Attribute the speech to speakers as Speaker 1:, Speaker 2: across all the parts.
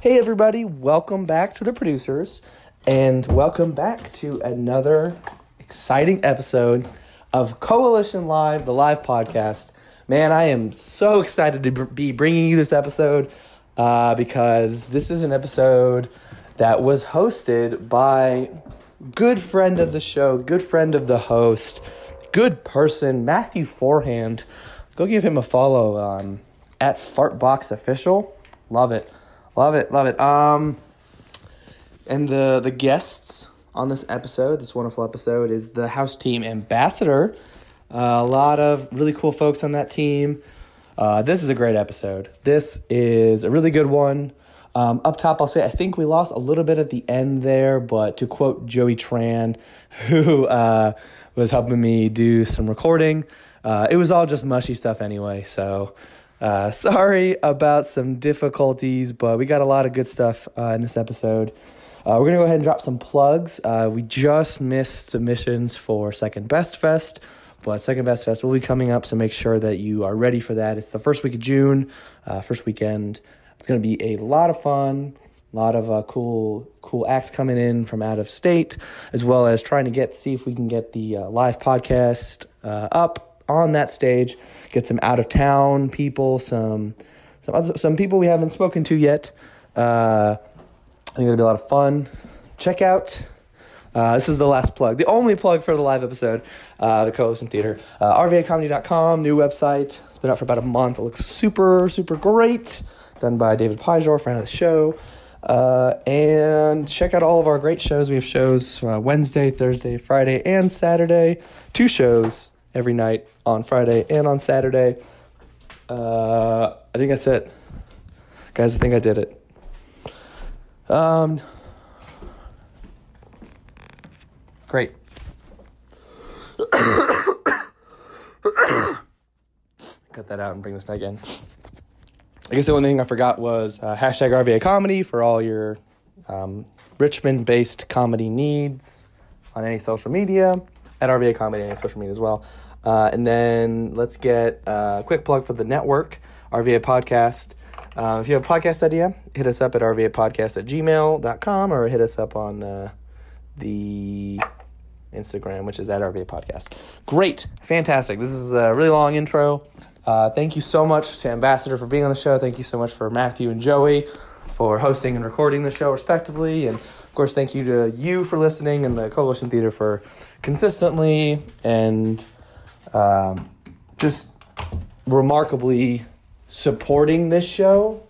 Speaker 1: Hey, everybody, welcome back to the producers, and welcome back to another exciting episode of Coalition Live, the live podcast. Man, I am so excited to br- be bringing you this episode uh, because this is an episode that was hosted by good friend of the show, good friend of the host, good person, Matthew Forehand. Go give him a follow um, at Fartbox Official. Love it. Love it, love it. Um, and the the guests on this episode, this wonderful episode, is the house team ambassador. Uh, a lot of really cool folks on that team. Uh, this is a great episode. This is a really good one. Um, up top, I'll say I think we lost a little bit at the end there, but to quote Joey Tran, who uh, was helping me do some recording, uh, it was all just mushy stuff anyway. So uh, sorry about some difficulties, but we got a lot of good stuff uh, in this episode. Uh, we're going to go ahead and drop some plugs. Uh, we just missed submissions for Second Best Fest, but Second Best Fest will be coming up, so make sure that you are ready for that. It's the first week of June, uh, first weekend. It's going to be a lot of fun, a lot of uh, cool, cool acts coming in from out of state, as well as trying to get see if we can get the uh, live podcast uh, up on that stage. Get some out of town people, some some other, some people we haven't spoken to yet. Uh, I think it'll be a lot of fun. Check out. Uh, this is the last plug, the only plug for the live episode, uh, the Coalition Theater. Uh, RVAcomedy.com, new website. It's been out for about a month. It looks super, super great. Done by David Pijor, friend of the show. Uh, and check out all of our great shows. We have shows uh, Wednesday, Thursday, Friday, and Saturday. Two shows every night on Friday and on Saturday. Uh, I think that's it. Guys, I think I did it. Um, great. Cut that out and bring this back in. I guess the only thing I forgot was uh, hashtag RVA comedy for all your um, Richmond based comedy needs on any social media at RVA comedy on any social media as well. Uh, and then let's get uh, a quick plug for the network, RVA podcast. Uh, if you have a podcast idea, hit us up at rvapodcast at gmail.com or hit us up on uh, the Instagram, which is at RVA Podcast. Great. Fantastic. This is a really long intro. Uh, thank you so much to Ambassador for being on the show. Thank you so much for Matthew and Joey for hosting and recording the show, respectively. And of course, thank you to you for listening and the Coalition Theater for consistently and um, just remarkably supporting this show.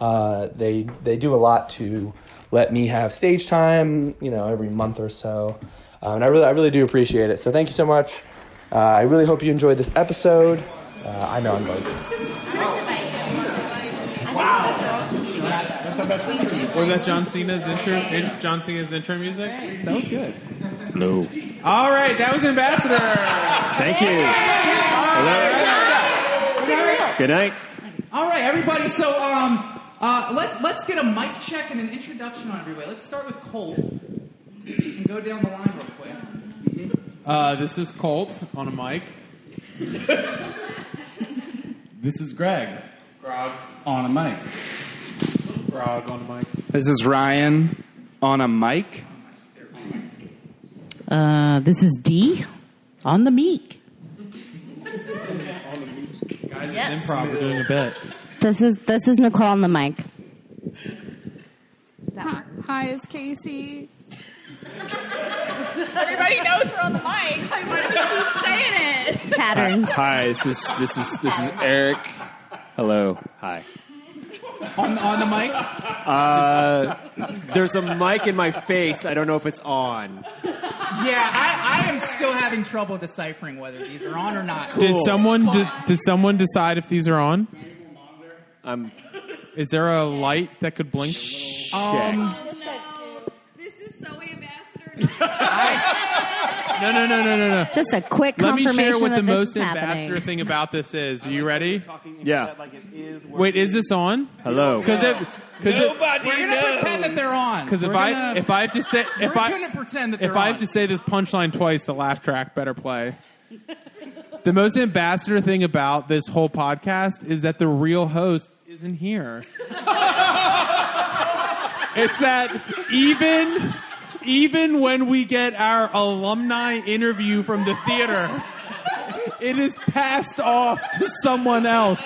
Speaker 1: Uh, they they do a lot to let me have stage time, you know, every month or so, uh, and I really I really do appreciate it. So thank you so much. Uh, I really hope you enjoyed this episode. Uh, I know I'm late.
Speaker 2: Was that John Cena's intro? in- John Cena's intro music? That was good.
Speaker 3: No.
Speaker 2: All right, that was Ambassador.
Speaker 3: Thank you. Hello. Good night.
Speaker 4: All right, everybody. So, um, uh, let let's get a mic check and an introduction on everybody. Let's start with Colt and go down the line real quick.
Speaker 2: Uh, this is Colt on a mic.
Speaker 5: This is Greg
Speaker 2: Grog.
Speaker 5: on a mic.
Speaker 2: Grog on a mic.
Speaker 5: This is Ryan on a mic.
Speaker 6: Uh, this is D on the meek.
Speaker 2: Guys,
Speaker 6: Yes.
Speaker 2: it's improv. We're doing a bit.
Speaker 7: This is this is Nicole on the mic.
Speaker 8: Hi, hi, it's Casey.
Speaker 9: Everybody knows we're on the mic. Like, why do we keep saying it?
Speaker 7: Pattern.
Speaker 3: Hi. This is this is this is Eric. Hello. Hi.
Speaker 4: On on the mic.
Speaker 3: Uh, There's a mic in my face. I don't know if it's on.
Speaker 4: Yeah, I, I am still having trouble deciphering whether these are on or not.
Speaker 2: Did someone did, did someone decide if these are on?
Speaker 3: I'm
Speaker 2: Is there a light that could blink?
Speaker 4: Um,
Speaker 9: This is so ambassador.
Speaker 2: No, no, no, no, no, no.
Speaker 7: Just a quick
Speaker 2: Let me
Speaker 7: confirmation
Speaker 2: share what
Speaker 7: that
Speaker 2: the
Speaker 7: this
Speaker 2: most
Speaker 7: is happening.
Speaker 2: ambassador thing about this is. Are you ready?
Speaker 3: yeah.
Speaker 2: Wait, is this on?
Speaker 3: Hello.
Speaker 2: Because it because it
Speaker 4: we're gonna pretend that they're on.
Speaker 2: because if
Speaker 4: We're
Speaker 2: I
Speaker 4: gonna-
Speaker 2: if I have to say if
Speaker 4: we're
Speaker 2: I
Speaker 4: gonna pretend that they're
Speaker 2: if I
Speaker 4: on.
Speaker 2: have to say this punchline twice, the laugh track better play. the most ambassador thing about this whole podcast is that the real host isn't here. It's that even even when we get our alumni interview from the theater, it is passed off to someone else.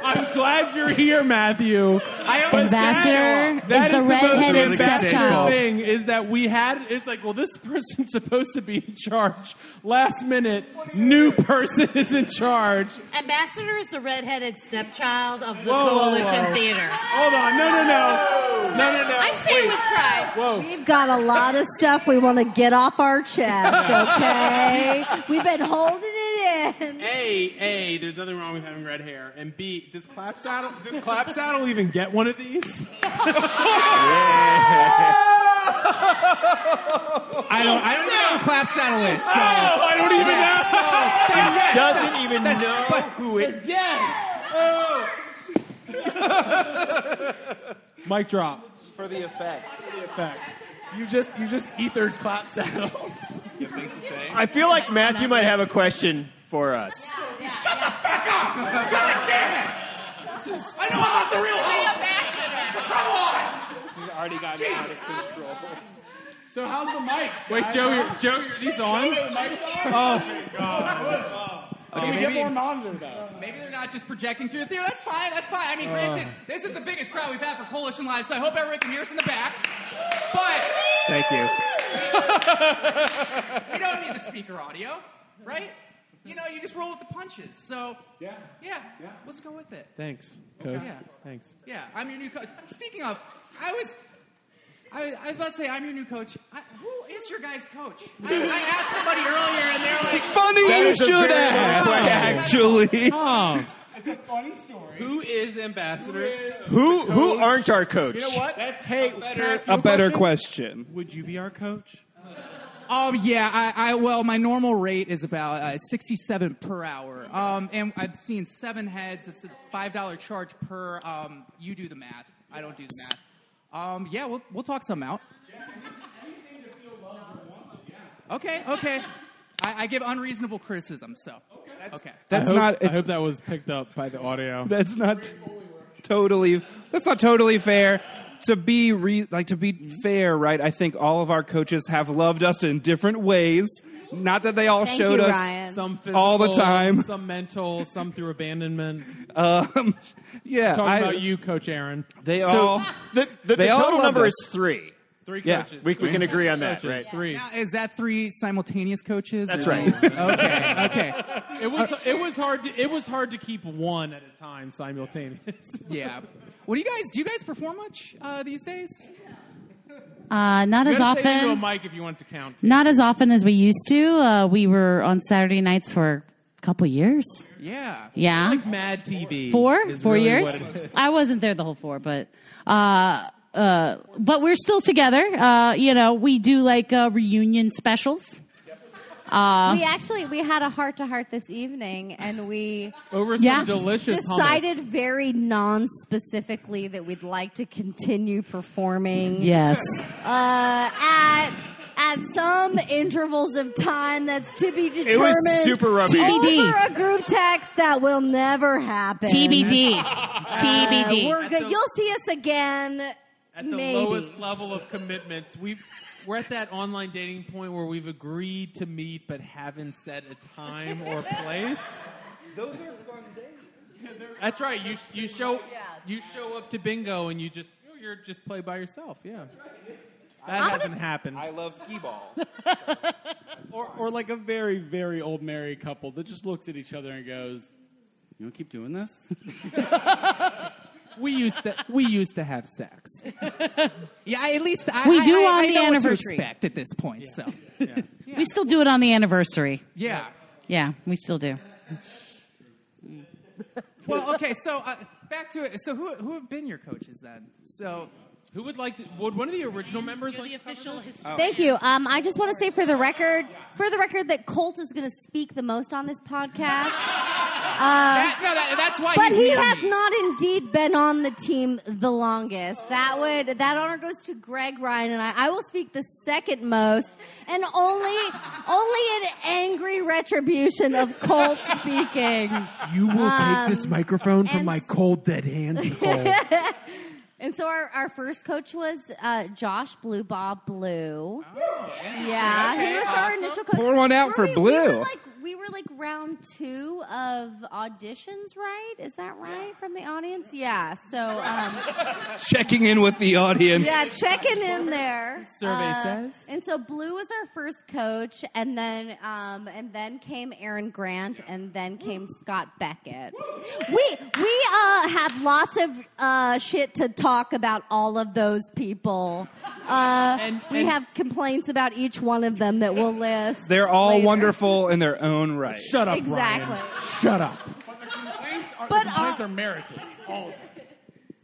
Speaker 2: I'm glad you're here, Matthew. I but
Speaker 7: Ambassador
Speaker 2: that- that
Speaker 7: is the
Speaker 2: most
Speaker 7: redheaded
Speaker 2: ambassador
Speaker 7: stepchild.
Speaker 2: Thing is that we had. It's like, well, this person's supposed to be in charge. Last minute, new person is in charge.
Speaker 10: Ambassador is the redheaded stepchild of the
Speaker 2: Whoa, whoa,
Speaker 10: Coalition
Speaker 2: whoa.
Speaker 10: Theater.
Speaker 2: Hold on, no, no, no, no, no, no.
Speaker 10: I say it
Speaker 2: Wait.
Speaker 10: with pride.
Speaker 2: Whoa.
Speaker 11: We've got a lot of stuff we want to get off our chest, okay? We've been holding it in.
Speaker 2: A, A, there's nothing wrong with having red hair. And B, does Clap Saddle, does Clap Saddle even get one of these?
Speaker 4: I don't. I don't even know who Clap Saddle is. So.
Speaker 2: Oh, I don't even know.
Speaker 4: know.
Speaker 3: Doesn't even know who it.
Speaker 2: Oh. Mic drop.
Speaker 1: For the effect.
Speaker 2: Fact. You just, you just ethered Clap Saddle. You have things to say?
Speaker 3: I feel like Matthew might have a question for us.
Speaker 4: Shut the fuck up! God damn it! I know I'm not the real host. but Come on!
Speaker 2: already got
Speaker 4: Jesus. out
Speaker 2: So how's the mics? Wait, Joe, you're, Joe, are these on? Oh,
Speaker 4: Okay,
Speaker 2: can we
Speaker 4: maybe,
Speaker 2: get more monitor though?
Speaker 4: maybe they're not just projecting through the theater. That's fine. That's fine. I mean, granted,
Speaker 3: Uh.
Speaker 4: this is the biggest crowd we've had for Coalition Live, so I hope everyone can hear us in the back. But
Speaker 3: Thank you.
Speaker 4: we don't need the speaker audio, right? You know, you just roll with the punches. So yeah, yeah, Let's go with it.
Speaker 2: Thanks, Coach.
Speaker 4: Yeah.
Speaker 2: Thanks.
Speaker 4: Yeah, I'm your new coach. Speaking of, I was, I was, I was about to say I'm your new coach. I, who is your guy's coach? I, I asked somebody earlier, and they're like,
Speaker 3: Funny you should ask, actually.
Speaker 2: Oh,
Speaker 4: funny story.
Speaker 2: who is ambassadors?
Speaker 3: Who who aren't our coach?
Speaker 2: You know what? hey, a better,
Speaker 5: A better question.
Speaker 2: Would you be our coach?
Speaker 4: Um, yeah, I, I well, my normal rate is about uh, sixty-seven per hour. Um, and I've seen seven heads. It's a five-dollar charge per. Um, you do the math. I don't do the math. Um, yeah, we'll we'll talk some out. Okay, okay. I, I give unreasonable criticism, so. Okay.
Speaker 5: That's
Speaker 2: I hope,
Speaker 5: not.
Speaker 2: I
Speaker 5: It's,
Speaker 2: hope that was picked up by the audio.
Speaker 5: that's not totally. That's not totally fair. To be re, like to be fair, right? I think all of our coaches have loved us in different ways. Not that they all
Speaker 11: Thank
Speaker 5: showed
Speaker 11: you,
Speaker 5: us.
Speaker 11: Ryan.
Speaker 2: some physical,
Speaker 5: All the time.
Speaker 2: some mental, some through abandonment.
Speaker 5: Um, yeah,
Speaker 2: Talking
Speaker 5: I-
Speaker 2: about you, Coach Aaron.
Speaker 5: They
Speaker 3: So
Speaker 5: all.
Speaker 3: the, the, the
Speaker 5: They all
Speaker 3: total
Speaker 5: love
Speaker 3: number
Speaker 5: us.
Speaker 3: is three.
Speaker 2: Three
Speaker 5: Yeah,
Speaker 2: coaches.
Speaker 3: We, we can agree on that,
Speaker 2: coaches.
Speaker 3: right?
Speaker 2: Three.
Speaker 4: Now, is that three simultaneous coaches?
Speaker 3: That's
Speaker 4: Or-
Speaker 3: right.
Speaker 4: okay, okay.
Speaker 2: It was it was hard to it was hard to keep one at a time simultaneous.
Speaker 4: Yeah. What do you guys, do you guys perform much uh, these days?
Speaker 6: Uh, not as
Speaker 2: Gotta say into a
Speaker 6: often.
Speaker 2: mic if you want it to count.
Speaker 6: Not as often as we used to. Uh, we were on Saturday nights for a couple years.
Speaker 4: Yeah.
Speaker 6: Yeah.
Speaker 2: Like Mad TV.
Speaker 6: four
Speaker 2: is
Speaker 6: four
Speaker 2: really
Speaker 6: years
Speaker 2: what it is.
Speaker 6: i wasn't there the whole four but uh uh but we're still together uh you know we do like uh reunion specials Uh,
Speaker 7: Uh.
Speaker 11: we actually we had a heart to heart this evening and we
Speaker 2: Over some
Speaker 6: Yeah.
Speaker 2: delicious
Speaker 11: decided
Speaker 2: hummus.
Speaker 11: very non-specifically that we'd like to continue performing
Speaker 6: yes
Speaker 11: uh, at at some intervals of time that's to be determined.
Speaker 3: It was super romantic.
Speaker 6: TBD.
Speaker 11: Over a group text that will never happen.
Speaker 6: tbd
Speaker 11: Uh,
Speaker 6: tbd
Speaker 11: we're good. You'll see us again.
Speaker 2: At the
Speaker 11: maybe.
Speaker 2: lowest level of commitments, we've we're at that online dating point where we've agreed to meet but haven't set a time or place. Those are fun days. That's right. You you show you show up to bingo and you just you're just play by yourself. Yeah. That hasn't happened.
Speaker 5: love skee ball.
Speaker 12: Or, or like a very, very old married couple that just looks at each other and goes, "You want to keep doing this?"
Speaker 2: We used to we used to have sex.
Speaker 4: Yeah, I- at least I,
Speaker 6: We
Speaker 4: I-
Speaker 6: do
Speaker 4: I-
Speaker 6: on
Speaker 4: I
Speaker 6: the
Speaker 4: know What to
Speaker 6: anniversary.
Speaker 4: expect at this point. So
Speaker 6: we still do it on the anniversary
Speaker 4: yeah.
Speaker 6: yeah we still do
Speaker 4: Well, okay. So uh, back to it. So who who have been your coaches then? So
Speaker 2: Who would like to? Would one of the original members
Speaker 10: You're
Speaker 2: like
Speaker 10: the
Speaker 2: to cover
Speaker 10: official
Speaker 2: this?
Speaker 4: Oh.
Speaker 10: historian.
Speaker 11: Thank you. Um, I just want to say for the record, for the record, that Colt is going to speak the most on this podcast. Uh,
Speaker 4: that, no, that, that's why.
Speaker 11: But
Speaker 4: he's
Speaker 11: he
Speaker 4: new to
Speaker 11: has
Speaker 4: me.
Speaker 11: not indeed been on the team the longest. That would that honor goes to Greg Ryan and I. I will speak the second most and only only an angry retribution of Colt speaking.
Speaker 2: You will
Speaker 11: Um,
Speaker 2: microphone
Speaker 11: and-
Speaker 2: cold dead hands. Nicole.
Speaker 11: And so our, our first coach was uh, Josh Blue Bob Blue.
Speaker 4: Oh, interesting.
Speaker 11: yeah, he
Speaker 4: Okay,
Speaker 11: was our
Speaker 4: awesome.
Speaker 11: initial coach.
Speaker 5: Pour one out
Speaker 11: Were
Speaker 5: for
Speaker 11: we- We
Speaker 5: Blue.
Speaker 11: were, like, we were like round two of auditions, right? Is that right from the audience? Yeah. So um,
Speaker 5: Checking in with the audience.
Speaker 11: yeah, checking in there. Uh,
Speaker 5: Survey says.
Speaker 11: And so Blue was our first coach, and then um, and then came Aaron Grant, and then came Scott Beckett. We we uh, had lots of uh, shit to talk about all of those people. Uh, we have complaints about each one of them that we'll list.
Speaker 5: They're all
Speaker 11: later.
Speaker 5: wonderful in their own right.
Speaker 11: Shut up, Brian. Exactly.
Speaker 2: Shut up.
Speaker 11: But
Speaker 2: the complaints are merited.
Speaker 12: Oh,
Speaker 2: All of them.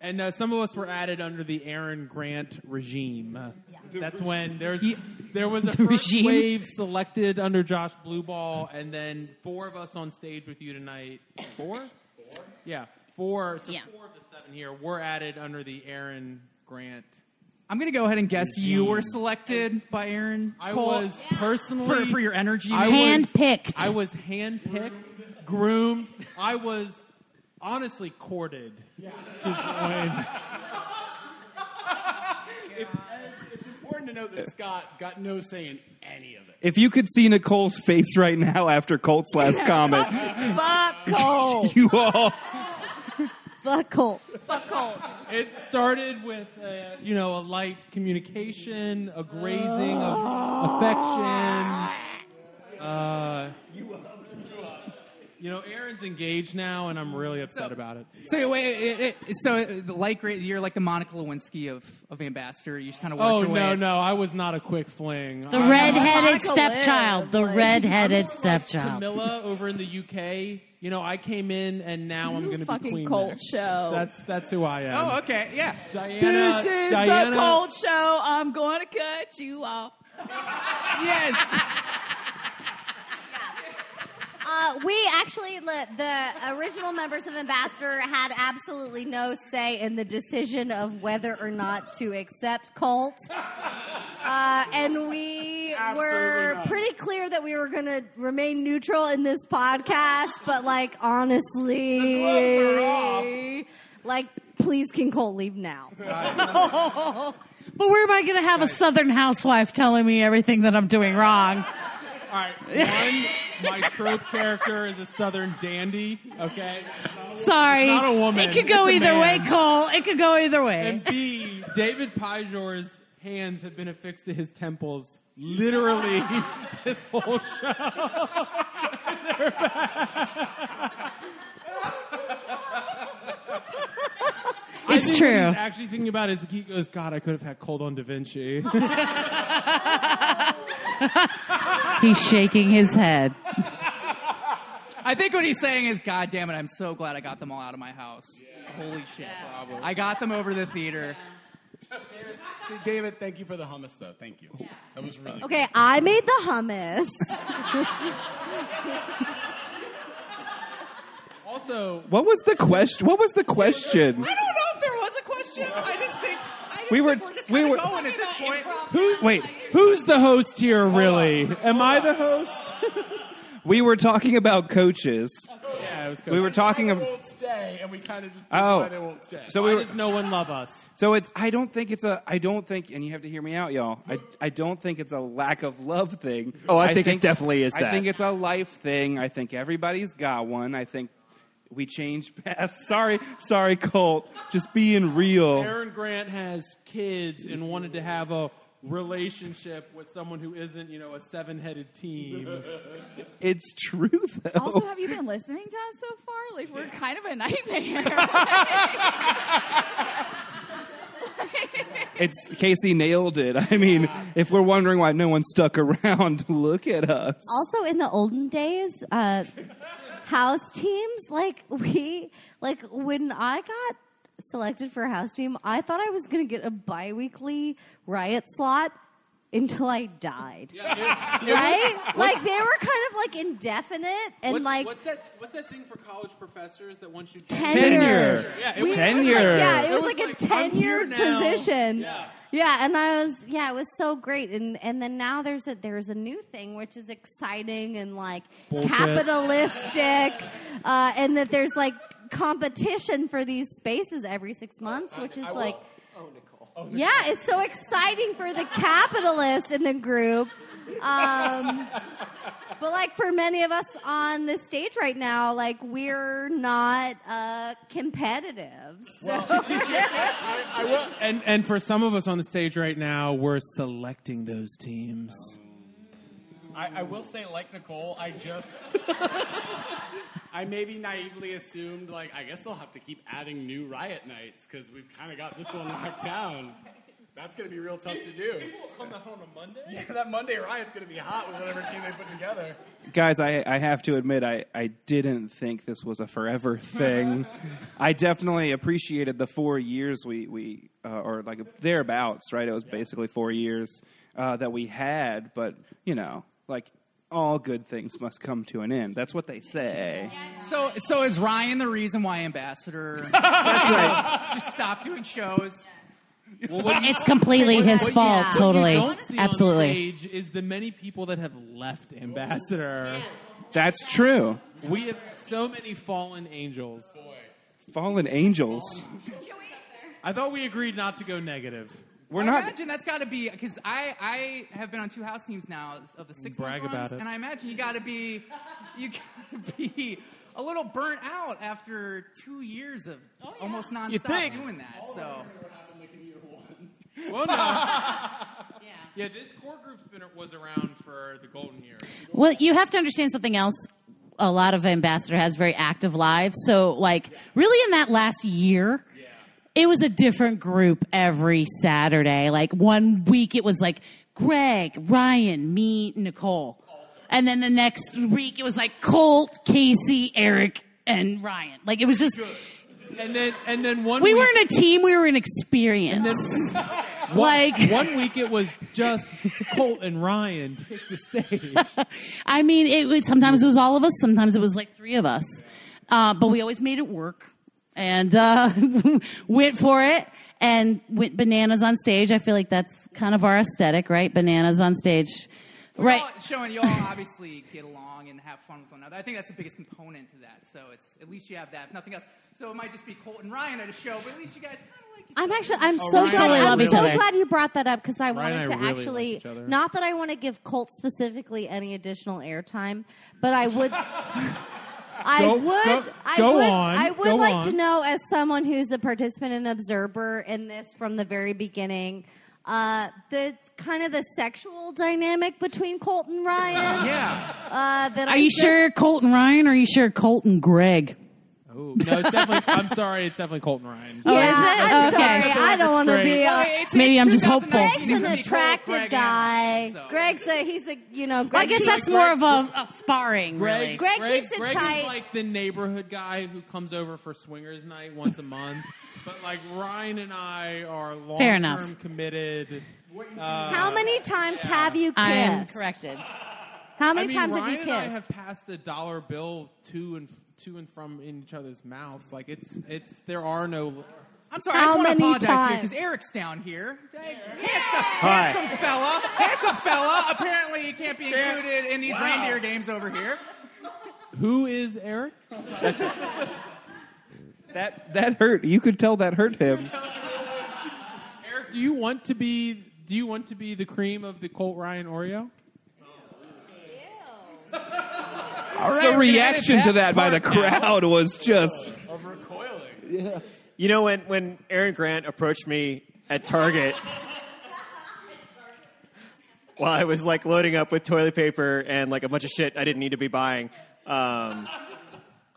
Speaker 2: And uh, some of us were added under the Aaron Grant regime. Uh, That's when there's there was a
Speaker 10: The
Speaker 2: first
Speaker 10: regime?
Speaker 2: wave selected under Josh Blueball, and then four of us on stage with you tonight. Four? Yeah, four. So four of the seven here were added under the Aaron Grant.
Speaker 4: I'm gonna go ahead and guess you were selected by Aaron.
Speaker 2: I
Speaker 4: Cole
Speaker 2: was personally
Speaker 4: for, for your energy.
Speaker 2: I
Speaker 4: maybe?
Speaker 2: was- I was handpicked, groomed. I was honestly courted to join.
Speaker 12: It's important to note that Scott got no say in any of it.
Speaker 5: If you could see Nicole's face right now after Colt's last comment,
Speaker 11: Fuck Cole.
Speaker 5: you all.
Speaker 11: Fuck Cole.
Speaker 2: Fuck off. It started with, uh, you know, a light communication, a grazing of affection. Uh, you know, Aaron's engaged now, and I'm really upset about it.
Speaker 4: So wait, it, it, it- so it, the light grade, you're like the Monica Lewinsky of, of ambassador. You just kind of worked
Speaker 2: Oh
Speaker 4: your way.
Speaker 2: no, no, I was not a quick fling.
Speaker 6: The
Speaker 2: I-
Speaker 6: redheaded stepchild. The redheaded stepchild.
Speaker 2: Camilla over in the UK. You know, I came in and now I'm going to be
Speaker 9: fucking
Speaker 2: queen.
Speaker 9: Colt
Speaker 2: next.
Speaker 9: show.
Speaker 2: That's that's who I am.
Speaker 9: Oh,
Speaker 4: okay, yeah.
Speaker 2: Diana,
Speaker 9: this is
Speaker 2: Diana-
Speaker 9: the cold show. I'm going to cut you off.
Speaker 4: yes.
Speaker 11: Uh, we actually, the, the original members of Ambassador had absolutely no say in the decision of whether or not to accept Colt. Uh, and we were pretty clear that we were going to remain neutral in this podcast, but like, honestly, like, please can Colt leave now?
Speaker 6: But where am I going to have a Southern housewife telling me everything that I'm doing wrong?
Speaker 2: All right, one, my trope character is a southern dandy. Okay,
Speaker 6: Sorry.
Speaker 2: It's not a woman.
Speaker 6: It could go
Speaker 2: It's a
Speaker 6: either way,
Speaker 2: man.
Speaker 6: Cole. It could go either way.
Speaker 2: And B, David Pajor's hands have been affixed to his temples literally this whole show. I
Speaker 6: It's
Speaker 2: think
Speaker 6: true.
Speaker 2: What he's actually thinking about is he goes, God, I could have had cold on Da Vinci.
Speaker 6: He's shaking his head.
Speaker 4: I think what he's saying is, God damn it! I'm so glad I got them all out of my house. Holy shit! I got them over to the theater.
Speaker 12: David, thank you for the hummus, though. Thank you. That was really
Speaker 11: Okay, I made the hummus.
Speaker 2: also,
Speaker 5: What was the question? What was the question?
Speaker 4: I don't know if there was a question. I just think I just
Speaker 5: We were-
Speaker 4: think we're just
Speaker 5: we
Speaker 4: kinda
Speaker 5: were-
Speaker 4: going at this point.
Speaker 2: Who's, wait, who's the host here, really? Am I the host?
Speaker 5: We were talking about coaches.
Speaker 2: yeah, it was
Speaker 5: We were talking
Speaker 12: They
Speaker 5: about.
Speaker 12: won't stay, and we kind of just
Speaker 5: Oh.
Speaker 12: why they won't stay.
Speaker 5: So
Speaker 2: Why
Speaker 5: we were,
Speaker 2: does no one love us?
Speaker 5: So it's. I don't think it's a. I don't think, and you have to hear me out, y'all. I. I don't think it's a lack of love thing.
Speaker 3: Oh, I think it definitely is
Speaker 5: I
Speaker 3: that.
Speaker 5: think it's a life thing. I think everybody's got one. I think we change paths. Sorry, sorry, Colt. Just being real.
Speaker 2: Aaron Grant has kids and wanted to have a relationship with someone who isn't, you know, a seven-headed team.
Speaker 5: It's true though.
Speaker 9: Also, have you been listening to us so far? Like, we're kind of a nightmare.
Speaker 5: It's Casey nailed it. I mean, if we're wondering why no one stuck around, look at us.
Speaker 11: also in the olden days uh house teams like we like when i got selected for a house team i thought i was going to get a bi-weekly riot slot until i died right like they were kind of like indefinite and
Speaker 2: What's-
Speaker 11: like
Speaker 2: what's that? What's that thing for college professors that once you
Speaker 11: Tenure.
Speaker 5: Tenure.
Speaker 2: Yeah, it
Speaker 11: we-
Speaker 2: was
Speaker 11: Like,
Speaker 5: Tenure.
Speaker 11: yeah, it
Speaker 2: It
Speaker 11: was,
Speaker 2: was
Speaker 11: like,
Speaker 2: like,
Speaker 11: a
Speaker 2: I'm here
Speaker 11: tenured
Speaker 2: now.
Speaker 11: position.
Speaker 2: Yeah.
Speaker 11: Yeah, and I was yeah, it was so great. And and then now there's a there's a new thing which is exciting and like
Speaker 2: Bullshit.
Speaker 11: capitalistic, uh, and that there's like competition for these spaces every six months, which is
Speaker 1: I will-
Speaker 11: like,
Speaker 1: Oh, Nicole.
Speaker 11: yeah, it's so exciting for the capitalists in the group. Um, but like for many of us on the stage right now, like we're not uh, competitive. So
Speaker 2: I will. And and for some of us on the stage right now, we're selecting those teams.
Speaker 12: I, I will say, like Nicole, I just. I maybe naively assumed, like, I guess they'll have to keep adding new riot nights because we've kind of got this one knocked down. That's going to be real tough to do. People will come out on a Monday? Yeah, that Monday riot's going to be hot with whatever team they put together.
Speaker 5: Guys, I, I have to admit, I, I didn't think this was a forever thing. I definitely appreciated the four years we, we uh, or like thereabouts, right? It was basically four years uh, that we had, but, you know, like all good things must come to an end. That's what they say.
Speaker 4: So, so is Ryan the reason why Ambassador?
Speaker 5: That's
Speaker 4: right. Just stop doing shows.
Speaker 6: It's completely his
Speaker 2: What you-
Speaker 6: fault,
Speaker 2: what you
Speaker 6: totally.
Speaker 2: don't see on
Speaker 6: Absolutely.
Speaker 2: stage is the many people that have left Ambassador.
Speaker 5: That's true.
Speaker 2: We have so many fallen angels.
Speaker 5: Fallen angels.
Speaker 2: I thought we agreed not to go negative.
Speaker 5: We're
Speaker 4: I imagine that's got to be because I I have been on two house teams now of the six
Speaker 2: Brag
Speaker 4: month
Speaker 2: about
Speaker 4: ones,
Speaker 2: it.
Speaker 4: and I imagine you got to be you got to be a little burnt out after two years of almost nonstop
Speaker 2: Oh, You think.
Speaker 4: doing that. So
Speaker 2: Well, no. yeah. this core group's been was around for the golden years.
Speaker 6: Well, you have to understand something else. A lot of ambassador has very active lives, so like really in that last year, it was a different group every Saturday. Like one week it was like Greg, Ryan, me, Nicole, and then the next week it was like Colt, Casey, Eric, and Ryan. Like it was just
Speaker 2: And then and then one
Speaker 6: we
Speaker 2: week-
Speaker 6: weren't a team; we were an experience.
Speaker 2: One-
Speaker 6: Like-
Speaker 2: one week it was just Colt and Ryan take the stage.
Speaker 6: I mean, it was sometimes it was all of us, sometimes it was like three of us, uh, but we always made it work and uh, went for it and went bananas on stage. I feel like that's kind of our aesthetic, right? Bananas on stage,
Speaker 4: We're
Speaker 6: right?
Speaker 4: all showing you all obviously get along and have fun with one another. I think that's the biggest component to that. So it's at least you have that. If nothing else. So it might just be Colt and Ryan at a show, but at least you guys kind of like.
Speaker 11: I'm actually, I'm
Speaker 4: Oh,
Speaker 11: so
Speaker 4: Ryan
Speaker 11: glad,
Speaker 4: and I
Speaker 11: I'm
Speaker 4: love each
Speaker 11: so
Speaker 4: other.
Speaker 11: glad you brought that up because I
Speaker 4: Ryan
Speaker 11: wanted
Speaker 4: and I
Speaker 11: to
Speaker 4: really love
Speaker 11: actually,
Speaker 4: each other.
Speaker 11: not that I want to give Colt specifically any additional airtime, but I would, I
Speaker 9: Go-
Speaker 11: would,
Speaker 9: go-
Speaker 11: I
Speaker 9: go
Speaker 11: would,
Speaker 9: on,
Speaker 11: I would
Speaker 9: go
Speaker 11: like
Speaker 9: on.
Speaker 11: to know as someone who's a participant and observer in this from the very beginning, uh, the kind of the sexual dynamic between Colt and Ryan.
Speaker 4: yeah.
Speaker 11: Uh, that
Speaker 6: Are
Speaker 11: I
Speaker 6: you
Speaker 11: just-
Speaker 6: sure Colton Ryan? Or are you sure Colton Greg?
Speaker 2: Oh, no, it's definitely. I'm sorry, it's definitely Colt and Ryan.
Speaker 6: Oh, is it?
Speaker 11: I'm
Speaker 6: Okay.
Speaker 11: sorry. I don't want to be.
Speaker 6: Well,
Speaker 11: a-
Speaker 6: it's- Maybe it's I'm just hopeful.
Speaker 11: Greg's
Speaker 6: 2019
Speaker 11: an
Speaker 6: for me, Cole,
Speaker 11: attractive
Speaker 6: Greg
Speaker 11: guy.
Speaker 6: and- so.
Speaker 11: Greg's a he's a you know. Greg
Speaker 6: Well, I guess
Speaker 11: keeps-
Speaker 6: that's more of a, a sparring, really.
Speaker 2: Greg,
Speaker 11: Greg
Speaker 2: Greg,
Speaker 11: keeps it
Speaker 2: Greg
Speaker 11: tight.
Speaker 2: is like the neighborhood guy who comes over for swingers night once a month. But like Ryan and I are long
Speaker 6: Fair
Speaker 2: term
Speaker 6: enough.
Speaker 2: committed. Uh,
Speaker 11: How many times have you kissed?
Speaker 6: I am corrected.
Speaker 11: How many
Speaker 2: I mean,
Speaker 11: times
Speaker 2: Ryan
Speaker 11: have you
Speaker 2: and
Speaker 11: kissed?
Speaker 2: I have passed a dollar bill to and to and from in each other's mouths. Like it's it's there are no.
Speaker 4: I'm sorry, I just want to apologize here because Eric's down here. Hey, Handsome, handsome fella, handsome fella. Apparently, he can't be
Speaker 2: Yeah.
Speaker 4: included in these
Speaker 2: Wow.
Speaker 4: reindeer games over here.
Speaker 2: Who is Eric?
Speaker 5: That's That, that hurt. You could tell that hurt him.
Speaker 2: Eric, do you want to be do you want to be the cream of the Colt Ryan Oreo?
Speaker 5: the reaction to that by the crowd was
Speaker 2: Uh,
Speaker 5: just.
Speaker 12: Of recoiling.
Speaker 13: You know, when, when Aaron Grant approached me at Target while I was like loading up with toilet paper and like a bunch of shit I didn't need to be buying, um,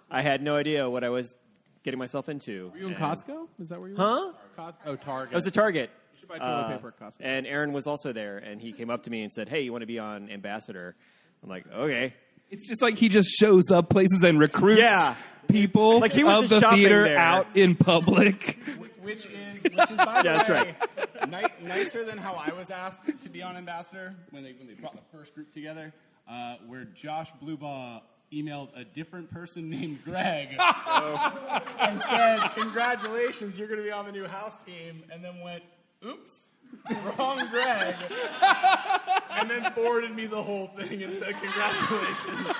Speaker 13: I had no idea what I was getting myself into.
Speaker 2: Were you in
Speaker 13: And-
Speaker 2: Costco? Is that where you were?
Speaker 13: Huh?
Speaker 2: Cos- oh, Target.
Speaker 13: It was a Target.
Speaker 2: You should buy toilet
Speaker 13: Uh,
Speaker 2: paper at Costco.
Speaker 13: And Aaron was also there, and he came up to me and said, "Hey, you want to be on Ambassador?" I'm like, "Okay."
Speaker 5: It's just like he just shows up places and recruits
Speaker 13: Yeah.
Speaker 5: people
Speaker 13: Like, he was
Speaker 5: of
Speaker 13: just
Speaker 5: the
Speaker 13: shopping
Speaker 5: theater
Speaker 13: there.
Speaker 5: out in public.
Speaker 12: Which is, which is by the
Speaker 5: Yeah, that's
Speaker 12: way,
Speaker 5: right.
Speaker 12: ni- nicer than how I was asked to be on Ambassador when they, when they brought the first group together, uh, where Josh Bluebaugh emailed a different person named Greg
Speaker 5: Oh.
Speaker 12: and said, Congratulations, you're going to be on the new house team, and then went, Oops. Wrong Greg, and then forwarded me the whole thing and said, "Congratulations."
Speaker 2: This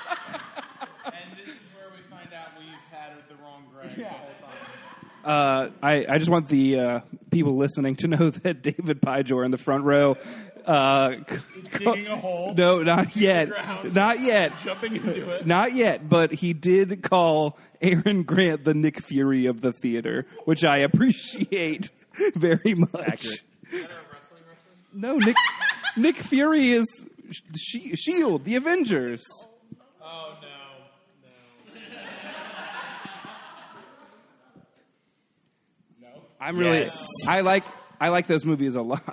Speaker 2: is where we find out we've had battered the wrong Greg the whole time.
Speaker 5: Uh, I, I just want the uh, people listening to know that David Pijor in the front row. Uh,
Speaker 2: digging a hole.
Speaker 5: No, not yet.
Speaker 2: Ground.
Speaker 5: Not yet.
Speaker 2: Jumping into it.
Speaker 5: Not yet, but he did call Aaron Grant the Nick Fury of the theater, which I appreciate very much.
Speaker 13: Accurate.
Speaker 5: No, Nick, Nick Fury is she, Shield, E the Avengers.
Speaker 2: Oh no.
Speaker 5: I'm really
Speaker 2: Yes.
Speaker 5: I like I like those movies a lot.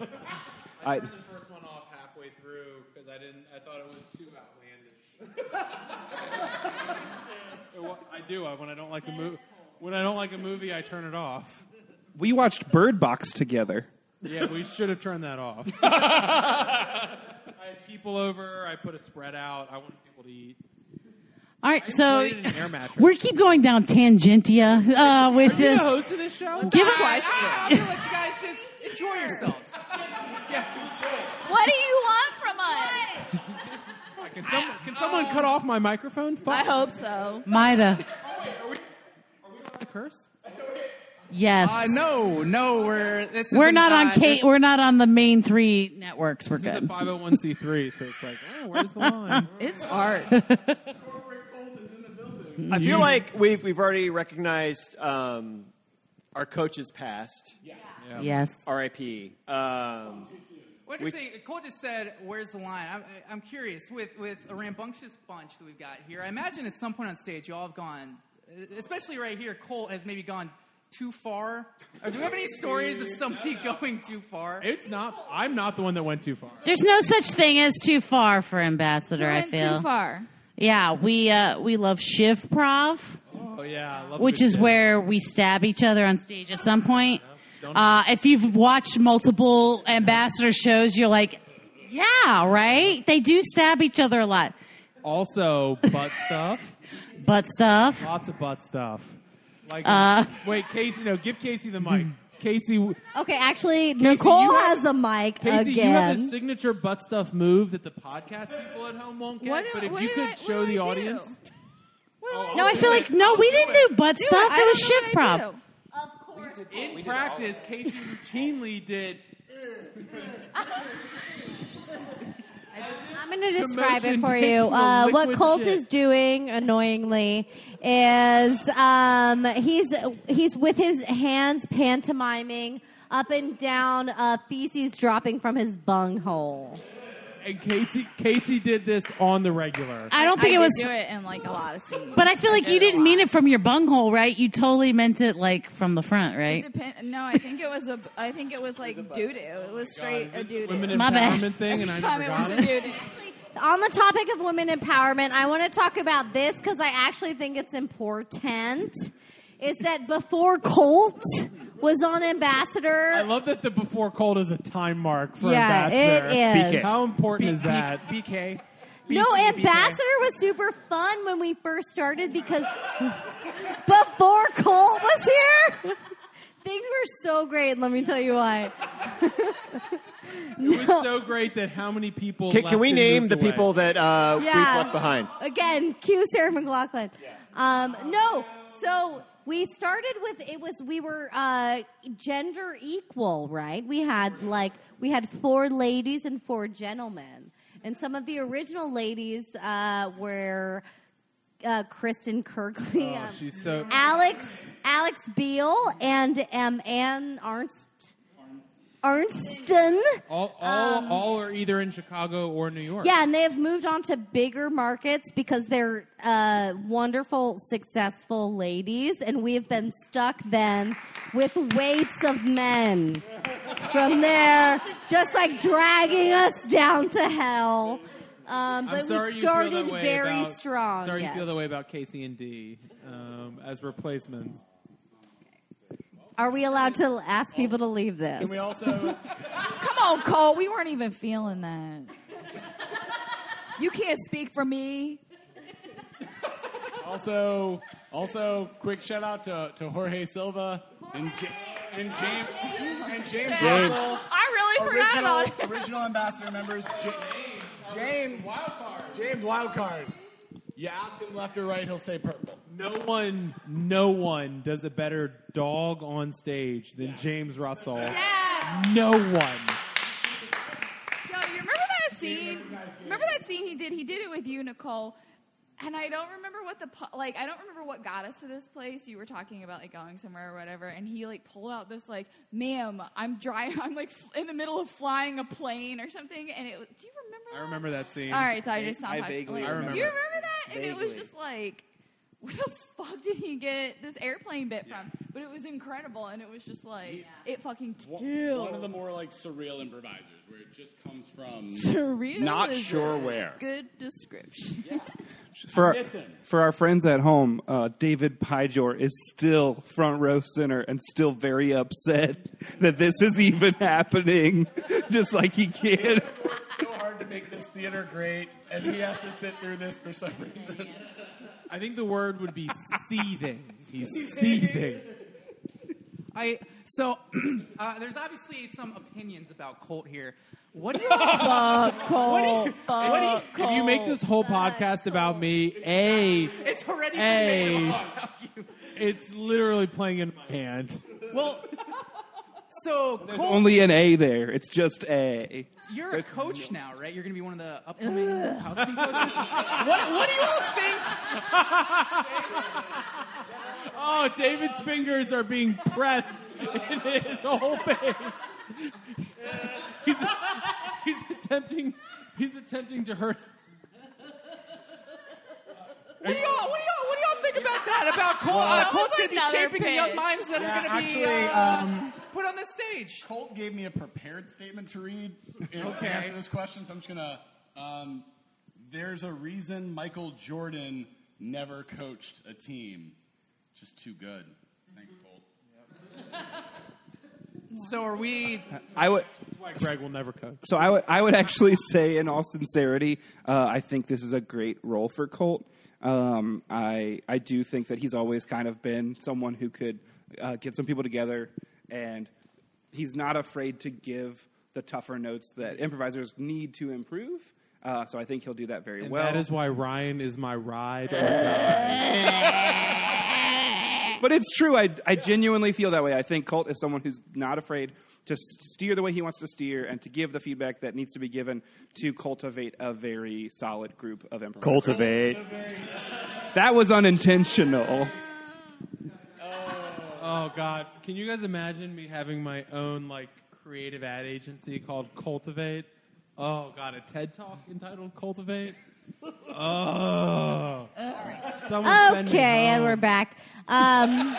Speaker 2: I
Speaker 5: I-
Speaker 2: turned the first one off halfway through because I didn't. I thought it was too outlandish. It wa- I do. I, when I don't like a movie, when I don't like a movie, I turn it off.
Speaker 5: We watched Bird Box together.
Speaker 2: Yeah, we should have turned that off. I had people over. I put a spread out. I wanted people to eat.
Speaker 6: All right, so
Speaker 2: inflated an air mattress.
Speaker 6: we keep going down tangentia uh, with
Speaker 2: Are you
Speaker 6: this.
Speaker 2: the host of this show? Ah,
Speaker 6: Give a
Speaker 10: question. I feel like you guys just enjoy yourselves. What do you want from us?
Speaker 2: Can, some, can someone cut off my microphone? Fuck.
Speaker 10: I hope so.
Speaker 6: Mida.
Speaker 2: The curse.
Speaker 6: Yes.
Speaker 4: Uh, no, no, we're it's
Speaker 6: We're not on
Speaker 4: uh,
Speaker 6: Kate. We're not on the main three networks. We're
Speaker 2: This is a
Speaker 6: good.
Speaker 2: 501c3, so it's like, oh, where's the line?
Speaker 10: It's art.
Speaker 13: I feel like we've we've already recognized um, our coach's past. Yeah.
Speaker 6: Yes.
Speaker 13: R.I.P. Um,
Speaker 4: What
Speaker 13: We-
Speaker 4: you say? Cole just said, "Where's the line?" I'm, I'm curious with with a rambunctious bunch that we've got here. I imagine at some point on stage, y'all have gone, especially right here. Cole has maybe gone too far. Or do we have any stories of somebody going too far?
Speaker 2: It's not. I'm not the one that went too far.
Speaker 6: There's no such thing as too far for ambassador. I feel.
Speaker 8: too far.
Speaker 6: Yeah, we uh, we love shiv prov,
Speaker 2: Oh yeah, I love
Speaker 6: which
Speaker 2: good
Speaker 6: is
Speaker 2: shit.
Speaker 6: where we stab each other on stage at some point. Uh, if you've watched multiple ambassador shows, you're like, yeah, right. They do stab each other a lot.
Speaker 2: Also, butt stuff.
Speaker 6: Butt stuff.
Speaker 2: Lots of butt stuff. Like,
Speaker 6: Uh.
Speaker 2: wait, Casey, no, give Casey the mic. Casey, w-
Speaker 11: Okay, actually,
Speaker 2: Casey,
Speaker 11: Nicole
Speaker 2: you have-
Speaker 11: has the mic
Speaker 2: Casey, you have a
Speaker 11: again.
Speaker 2: signature butt stuff move that the podcast people at home won't get.
Speaker 10: What do-
Speaker 2: but if
Speaker 10: what
Speaker 2: you
Speaker 10: do
Speaker 2: could
Speaker 10: I- what
Speaker 2: show
Speaker 10: do I
Speaker 2: the
Speaker 10: do?
Speaker 2: audience,
Speaker 10: Oh,
Speaker 6: No, I feel like no, we didn't do butt
Speaker 10: Do
Speaker 6: stuff.
Speaker 10: I
Speaker 6: It, was
Speaker 10: don't
Speaker 6: shiv
Speaker 10: know what I
Speaker 6: prov.
Speaker 10: do.
Speaker 2: in practice, Casey routinely did
Speaker 11: I'm going to describe it
Speaker 2: Commotion
Speaker 11: for
Speaker 2: taking
Speaker 11: you.
Speaker 2: the
Speaker 11: Uh, what
Speaker 2: liquid
Speaker 11: Colt
Speaker 2: shit.
Speaker 11: is doing annoyingly is um, he's he's with his hands pantomiming up and down uh, feces dropping from his bung hole.
Speaker 2: and Casey Casey did this on the regular.
Speaker 6: I don't think
Speaker 10: I did
Speaker 6: it was.
Speaker 10: do it in like a lot of scenes.
Speaker 6: But I feel like
Speaker 10: did
Speaker 6: you
Speaker 10: a
Speaker 6: didn't
Speaker 10: lot.
Speaker 6: mean it from your bunghole, right? You totally meant it like from the front, right?
Speaker 10: Depend- no, I think it was a. I think it was like doo doo. It was straight a doo
Speaker 2: Women
Speaker 10: doo.
Speaker 6: My bad.
Speaker 2: empowerment thing, and I
Speaker 10: Time
Speaker 2: never
Speaker 10: it was
Speaker 2: got
Speaker 10: a
Speaker 2: it.
Speaker 10: doo doo.
Speaker 11: On the topic of women empowerment, I want to talk about this because I actually think it's important. Is that before Colt was on Ambassador?
Speaker 2: I love that the before cold is a time mark for
Speaker 11: Yeah,
Speaker 2: ambassador.
Speaker 11: it is.
Speaker 2: How important is
Speaker 4: B-
Speaker 2: that?
Speaker 4: BK.
Speaker 11: no,
Speaker 4: BC,
Speaker 11: Ambassador was super fun when we first started because before Colt was here, things were so great. Let me tell you why.
Speaker 2: It was so great that how many people?
Speaker 13: can,
Speaker 2: left
Speaker 13: can we
Speaker 2: and
Speaker 13: name
Speaker 2: moved
Speaker 13: the
Speaker 2: away?
Speaker 13: people that uh,
Speaker 11: Yeah.
Speaker 13: we've left behind?
Speaker 11: Again, cue Sarah McLaughlin. Um, no, so we started with it was we were uh, gender equal, right? We had like we had four ladies and four gentlemen, and some of the original ladies uh, were uh, Kristen Kirkley, um,
Speaker 2: Oh, She's so.
Speaker 11: Alex Alex Beal, and um, Ann Arnst. Arnston.
Speaker 2: All, all, all are either in Chicago or New York.
Speaker 11: Yeah, and they have moved on to bigger markets because they're uh, wonderful, successful ladies, and we have been stuck then with weights of men from there, just like dragging us down to hell. Um,
Speaker 2: I'm
Speaker 11: but
Speaker 2: sorry
Speaker 11: we
Speaker 2: you feel that
Speaker 11: started
Speaker 2: way
Speaker 11: very
Speaker 2: about-
Speaker 11: strong.
Speaker 2: Sorry
Speaker 11: yes.
Speaker 2: you feel that way about Casey and D um, as replacements.
Speaker 11: Are we allowed to ask people to leave this?
Speaker 2: Can we also?
Speaker 10: Come on, Cole. We weren't even feeling that. You can't speak for me.
Speaker 12: Also, also, quick shout out to, to Jorge Silva and, Ja- and James and James,
Speaker 10: James.
Speaker 12: Russell,
Speaker 10: I really forgot about it.
Speaker 12: original, original ambassador members. Ja- James Wildcard. James Wildcard. You ask him left or right, he'll say purple.
Speaker 2: No one, no one does a better dog on stage than James Russell. No one.
Speaker 10: Yo, you remember that scene? Remember that scene he did? He did it with you, Nicole. And I don't remember what the po- like. I don't remember what got us to this place. You were talking about like going somewhere or whatever, and he like pulled out this like, "Ma'am, I'm dry. I'm like f- in the middle of flying a plane or something." And it. was- Do you remember?
Speaker 2: I remember that scene.
Speaker 10: All right, so I just sound
Speaker 2: I
Speaker 10: like-
Speaker 2: vaguely
Speaker 10: like,
Speaker 2: remember.
Speaker 10: Do you remember that? And it was
Speaker 2: Vaguely.
Speaker 10: just like, where the fuck did he get this airplane bit from? But it was incredible, and it was just like it fucking killed.
Speaker 12: One of the more like surreal improvisers, where it just comes from
Speaker 10: Surreal
Speaker 12: not
Speaker 10: is a
Speaker 12: sure where.
Speaker 10: Good description.
Speaker 5: For our,
Speaker 12: Listen.
Speaker 5: for our friends at home, uh, David Pijor is still front row center and still very upset that this is even happening. Just like he can't.
Speaker 12: worked so hard to make this theater great, and he has to sit through this for some reason.
Speaker 2: I think the word would be seething. He's seething.
Speaker 4: I so uh, there's obviously some opinions about Colt here. What do you fuck
Speaker 10: Colt?
Speaker 2: What do you- if you make this whole podcast about me, a
Speaker 4: It's already been
Speaker 2: a,
Speaker 4: made long.
Speaker 2: It's literally playing in my hand.
Speaker 4: Well, so
Speaker 5: There's
Speaker 4: Colt,
Speaker 5: only an A there. It's just A.
Speaker 4: you're a
Speaker 5: There's-
Speaker 4: coach now, right? You're going to be one of the upcoming housing coaches. What, what do you all think?
Speaker 2: Oh, David's fingers are being pressed in his whole face. He's, he's attempting. He's attempting to hurt.
Speaker 4: What do y'all? What do y'all? What do y'all think about that? About Colt? Uh,
Speaker 12: Well-
Speaker 4: Colt's going to be
Speaker 12: Another
Speaker 4: shaping the young
Speaker 12: pitch.
Speaker 4: minds that
Speaker 12: Yeah,
Speaker 4: are going to be
Speaker 12: actually,
Speaker 4: uh,
Speaker 12: um,
Speaker 4: put on the stage.
Speaker 12: Colt gave me a prepared statement to read in
Speaker 4: Okay.
Speaker 12: to answer this question, so I'm just gonna. Um, there's a reason Michael Jordan never coached a team. Just too good. Thanks, Colt.
Speaker 4: So are we?
Speaker 5: I would.
Speaker 2: Why Greg will never coach.
Speaker 5: So I would, I would actually say, in all sincerity, uh, I think this is a great role for Colt. Um, I I do think that he's always kind of been someone who could uh, get some people together, and he's not afraid to give the tougher notes that improvisers need to improve. Uh, so I think he'll do that very
Speaker 2: And
Speaker 5: well.
Speaker 2: that is why Ryan is my ride. or die.
Speaker 5: but it's true. I, I genuinely feel that way. I think Colt is someone who's not afraid to s- steer the way he wants to steer and to give the feedback that needs to be given to cultivate a very solid group of improvisers.
Speaker 13: Cultivate.
Speaker 5: That was unintentional.
Speaker 2: oh God! Can you guys imagine me having my own like creative ad agency called Cultivate? Oh God! A TED Talk entitled Cultivate. Oh. Someone send me
Speaker 11: okay, and
Speaker 2: home.
Speaker 11: we're back. Um,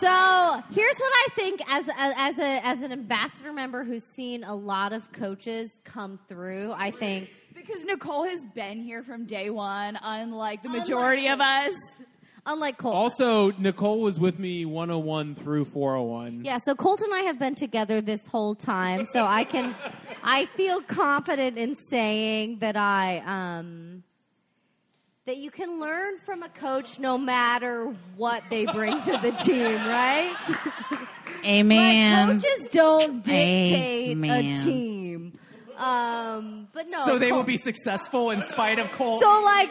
Speaker 11: so here's what I think as a, as a as an ambassador member who's seen a lot of coaches come through. I think
Speaker 10: Because Nicole has been here from day one, unlike the majority of us.
Speaker 11: Unlike Cole.
Speaker 2: Also, Nicole was with me 101 through 401.
Speaker 11: Yeah, so Colt and I have been together this whole time, so I can, I feel confident in saying that I, um, that you can learn from a coach no matter what they bring to the team, right?
Speaker 6: Amen.
Speaker 11: Like, coaches don't dictate
Speaker 6: Amen.
Speaker 11: a team, um, but no.
Speaker 4: so they will
Speaker 11: Colt-
Speaker 4: be successful in spite of Colt.
Speaker 11: So like,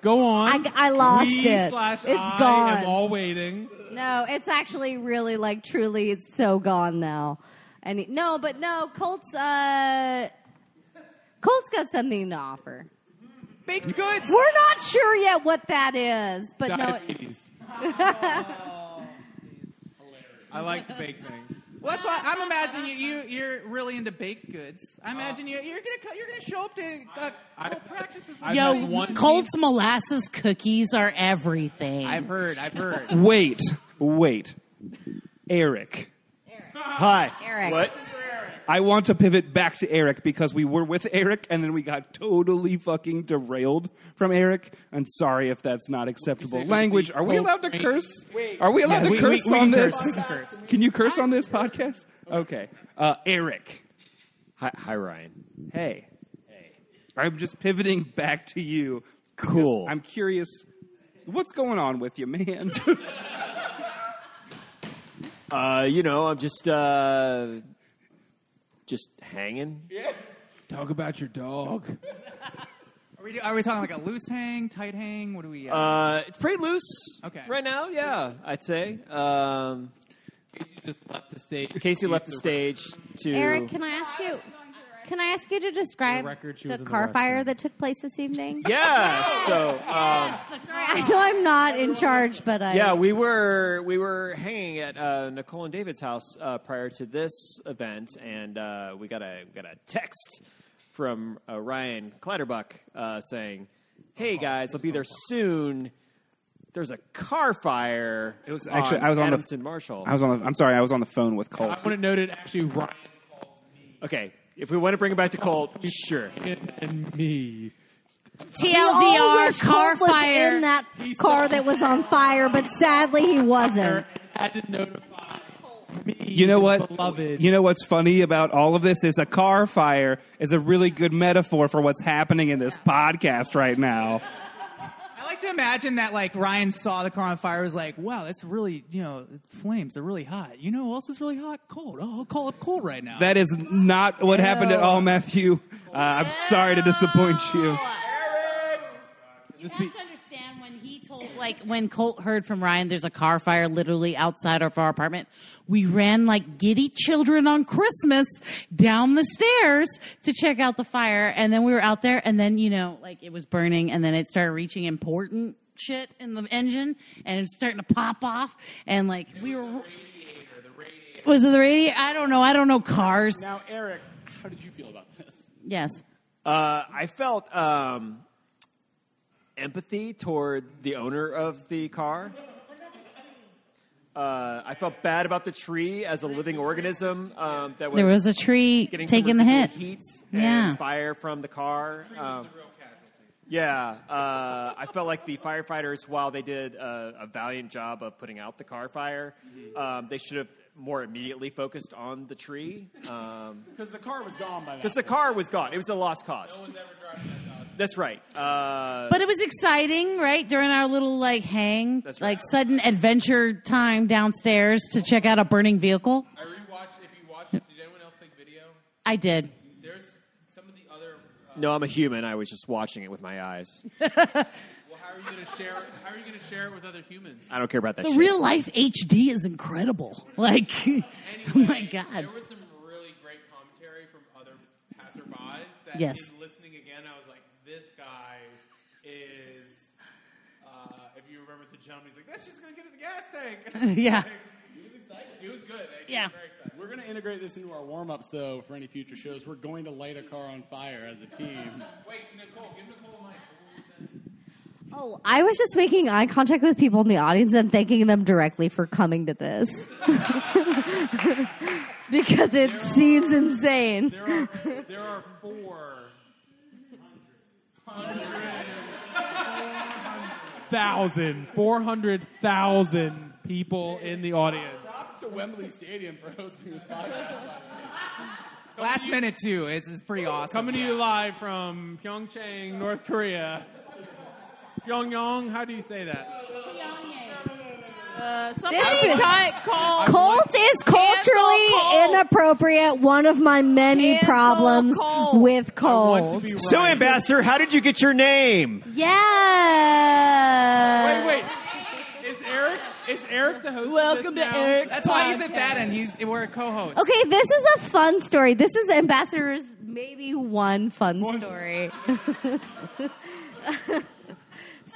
Speaker 2: Go on.
Speaker 11: I, I lost
Speaker 2: we
Speaker 11: it.
Speaker 2: Slash
Speaker 11: It's
Speaker 2: I
Speaker 11: gone.
Speaker 2: am all waiting.
Speaker 11: No, it's actually really like truly it's so gone now. And he- no, but no, Colts uh Colts got something to offer.
Speaker 4: Baked goods.
Speaker 11: We're not sure yet what that is, but
Speaker 2: Diabetes.
Speaker 11: no. It,
Speaker 2: I like to bake things.
Speaker 4: Well, that's why I'm imagining you, you you're really into baked goods. I imagine
Speaker 5: Uh,
Speaker 4: you you're gonna co- you're gonna show up to uh, Colt practices. with
Speaker 6: Yo,
Speaker 4: you.
Speaker 6: Colt's molasses cookies are everything.
Speaker 4: I've heard. I've heard.
Speaker 5: Wait, wait. Eric. Hi.
Speaker 6: Eric.
Speaker 5: What? I want to pivot back to Eric because we were with Eric and then we got totally fucking derailed from Eric. I'm sorry if that's not acceptable language. Are we allowed to curse? Are we allowed
Speaker 4: Yeah,
Speaker 5: to
Speaker 4: we-
Speaker 5: curse
Speaker 4: we- we
Speaker 5: on
Speaker 4: can
Speaker 5: this?
Speaker 4: curse, we can curse.
Speaker 5: Can you curse on this podcast? Okay. Uh, Eric.
Speaker 13: Hi, hi, Ryan.
Speaker 5: Hey. I'm just pivoting back to you.
Speaker 13: Cool.
Speaker 5: because I'm curious. What's going on with you, man?
Speaker 13: Uh, you know, I'm just uh, just hanging.
Speaker 2: Talk about your dog.
Speaker 4: Are we, do- are we talking like a loose hang, tight hang? What do we?
Speaker 13: Uh, it's pretty loose
Speaker 4: Okay.
Speaker 13: right now. Yeah, I'd say. Um, Casey just left the stage. Casey left the stage to
Speaker 11: Eric, can I ask you? Can I ask you to describe
Speaker 13: the record, she
Speaker 11: the
Speaker 13: was in the
Speaker 11: car
Speaker 13: restroom.
Speaker 11: fire that took place this evening?
Speaker 13: Yeah. So. Um,
Speaker 11: Sorry, I know I'm not in charge, but I
Speaker 13: Yeah, we were we were hanging at uh, Nicole and David's house uh, prior to this event, and uh, we got a we got a text from uh, Ryan Clatterbuck uh, saying, "Hey guys, I'll be there soon. There's a car fire." It was
Speaker 5: Actually, I was on
Speaker 13: Adamson
Speaker 5: the
Speaker 13: Marshall.
Speaker 5: I was on. The, I'm sorry, I was on the phone with
Speaker 13: I
Speaker 5: Colt.
Speaker 13: want to note it actually Ryan. Okay, if we want to bring it back to Colt, sure.
Speaker 2: And me.
Speaker 11: We all wish
Speaker 6: TLDR car
Speaker 11: Colt was
Speaker 6: fire.
Speaker 11: in that car that was on fire, but sadly he wasn't.
Speaker 2: Had to notify.
Speaker 5: You know what? You know what's funny about all of this is a car fire is a really good metaphor for what's happening in this podcast right now.
Speaker 4: I like to imagine that like Ryan saw the car on fire, was like, "Wow, that's really you know flames. They're really hot. You know who else is really hot? Cold. Oh, I'll call up Cold right now."
Speaker 5: That is not what happened at all, Matthew. Uh, I'm sorry to disappoint you.
Speaker 6: You have to understand when he told, like, when Colt heard from Ryan, there's a car fire literally outside of our apartment. We ran like giddy children on Christmas down the stairs to check out the fire. And then we were out there, and then, you know, like it was burning, and then it started reaching important shit in the engine, and it's starting to pop off. And like, we were. Was it the radio? I don't know. I don't know cars.
Speaker 12: Now, Eric, how did you feel about this?
Speaker 6: Yes.
Speaker 13: Uh, I felt um, empathy toward the owner of the car. Uh, I felt bad about the tree as a living organism um, that was.
Speaker 6: There was a tree
Speaker 13: getting some
Speaker 6: taking the
Speaker 13: residual
Speaker 6: hit.
Speaker 13: Heat
Speaker 6: Yeah.
Speaker 13: and fire from the car. Um, yeah, uh, I felt like the firefighters, while they did a, a valiant job of putting out the car fire, um, they should have more immediately focused on the tree. Um,
Speaker 12: Because the car was gone by that.
Speaker 13: because the car was gone. It was a lost cause. That's right. Uh,
Speaker 6: But it was exciting, right? During our little like hang, like sudden adventure time downstairs to check out a burning vehicle.
Speaker 2: I rewatched. If you watched, did anyone else think video?
Speaker 6: I did.
Speaker 2: There's some of the other.
Speaker 13: no, I'm a human. I was just watching it with my eyes.
Speaker 2: Well, how are you going to share? it- How are you going to share it with other humans?
Speaker 13: I don't care about that.
Speaker 6: The
Speaker 13: shit.
Speaker 6: real life HD is incredible. Like, oh my god.
Speaker 2: There was some really great commentary from other passerbys that,
Speaker 6: Yes.
Speaker 2: in listening again, I was like, this guy is. Uh, if you remember the gentleman, he's like, that's just going to get at the gas tank. And I was
Speaker 6: Yeah.
Speaker 2: like, he was excited. He was good. Like, he
Speaker 6: Yeah.
Speaker 2: was very excited.
Speaker 12: We're going to integrate this into our warm ups, though, for any future shows. We're going to light a car on fire as a team.
Speaker 2: Wait, Nicole, give Nicole a mic.
Speaker 11: Oh, I was just making eye contact with people in the audience and thanking them directly for coming to this because it seems insane.
Speaker 2: There are, there are four thousand, four hundred thousand people in the audience.
Speaker 12: Props to Wembley Stadium for hosting this podcast.
Speaker 4: Last minute too. It's, it's pretty awesome.
Speaker 2: Coming to you live from Pyeongchang, North Korea. Pyongyang, how do you say that?
Speaker 10: Uh, somebody
Speaker 11: This is-
Speaker 10: cut Colt.
Speaker 11: Colt is culturally inappropriate. One of my many
Speaker 10: Cancel
Speaker 11: problems
Speaker 10: Colt.
Speaker 11: with
Speaker 13: want
Speaker 11: Colt.
Speaker 13: So, Ambassador, how did you get your name?
Speaker 11: Yeah.
Speaker 2: Wait, wait. Is Eric is Eric the host? of
Speaker 4: Welcome
Speaker 2: this
Speaker 4: to
Speaker 2: now?
Speaker 4: Eric's That's why he's at that podcast. end. He's we're a co-host.
Speaker 11: Okay, this is a fun story. This is Ambassador's maybe one fun story.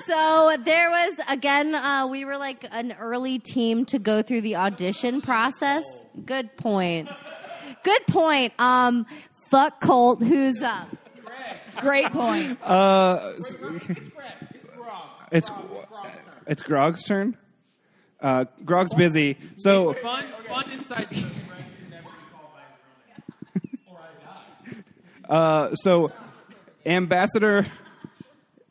Speaker 11: so there was, again, uh, we were like an early team to go through the audition process. Good point. Good point. Um, fuck Colt, who's up? Great point.
Speaker 5: Uh, s- it's it's Grog's turn. Uh, Grog's busy, so
Speaker 2: Fun, fun inside joke, right?
Speaker 5: uh, so ambassador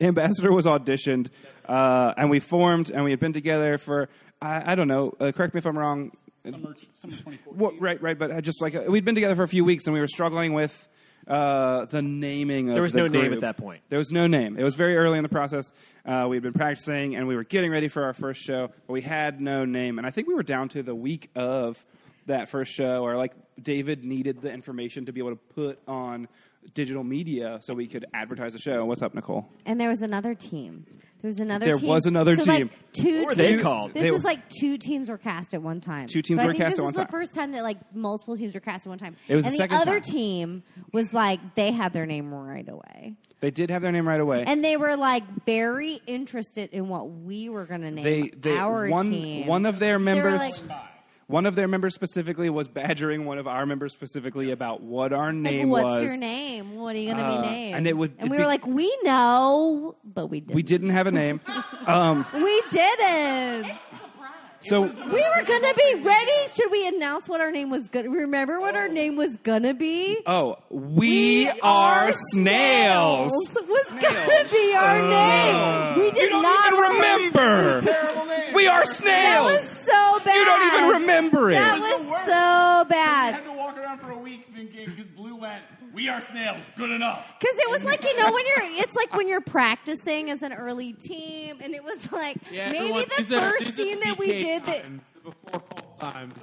Speaker 5: ambassador was auditioned, uh, and we formed, and we had been together for I, I don't know. Uh, correct me if I'm wrong.
Speaker 12: Summer, summer 2014.
Speaker 5: Well, right, right, but I just like uh, we'd been together for a few weeks, and we were struggling with uh, the naming. of
Speaker 13: There was
Speaker 5: the
Speaker 13: no name
Speaker 5: group.
Speaker 13: at that point.
Speaker 5: There was no name. It was very early in the process. Uh, we had been practicing, and we were getting ready for our first show, but we had no name. And I think we were down to the week of that first show, or like David needed the information to be able to put on digital media so we could advertise the show. What's up, Nicole?
Speaker 11: And there was another team. There was another.
Speaker 5: There
Speaker 11: team.
Speaker 5: was another
Speaker 11: so
Speaker 5: team.
Speaker 11: Like two
Speaker 5: What were they
Speaker 11: teams.
Speaker 5: called?
Speaker 11: This
Speaker 5: They
Speaker 11: was
Speaker 5: were-
Speaker 11: like two teams were cast at one time.
Speaker 5: Two teams
Speaker 11: so
Speaker 5: were
Speaker 11: I think
Speaker 5: cast
Speaker 11: this
Speaker 5: at one
Speaker 11: is
Speaker 5: time.
Speaker 11: the first time that like multiple teams were cast at one time.
Speaker 5: It was
Speaker 11: and
Speaker 5: the
Speaker 11: the,
Speaker 5: second
Speaker 11: other
Speaker 5: time.
Speaker 11: team was like they had their name right away,
Speaker 5: They did have their name right away.
Speaker 11: and they were like very interested in what we were going to name
Speaker 5: they, they
Speaker 11: our
Speaker 5: one
Speaker 11: team.
Speaker 5: one of their
Speaker 11: They were
Speaker 5: members.
Speaker 11: like-
Speaker 5: one of their members specifically was badgering one of our members specifically about what our
Speaker 11: Like,
Speaker 5: name
Speaker 11: what's
Speaker 5: was.
Speaker 11: your name? What are you going to
Speaker 5: Uh,
Speaker 11: be named?
Speaker 5: and it would-
Speaker 11: And
Speaker 5: it
Speaker 11: we
Speaker 5: be-
Speaker 11: were like, we know, but we didn't.
Speaker 5: We didn't have a name. Um,
Speaker 11: We didn't.
Speaker 5: so
Speaker 11: We were gonna be ready. Should we announce what our name was gonna? Remember what our name was gonna be?
Speaker 5: Oh, we, are snails.
Speaker 11: Was gonna be our
Speaker 5: Uh,
Speaker 11: name. We did not
Speaker 5: Remember, we are
Speaker 11: That
Speaker 5: snails.
Speaker 11: was so bad.
Speaker 5: You don't even remember it.
Speaker 11: That was so bad.
Speaker 12: had to walk around for a week thinking because Blue went, "We are snails, good enough."
Speaker 11: Because it was like you know when you're, it's like when you're practicing as an early team, and it was like
Speaker 2: Yeah,
Speaker 11: maybe
Speaker 2: everyone-
Speaker 11: the
Speaker 2: these are-
Speaker 11: first
Speaker 2: these are
Speaker 11: scene
Speaker 2: the
Speaker 11: that we
Speaker 2: PK
Speaker 11: did that.
Speaker 2: times, the before call times.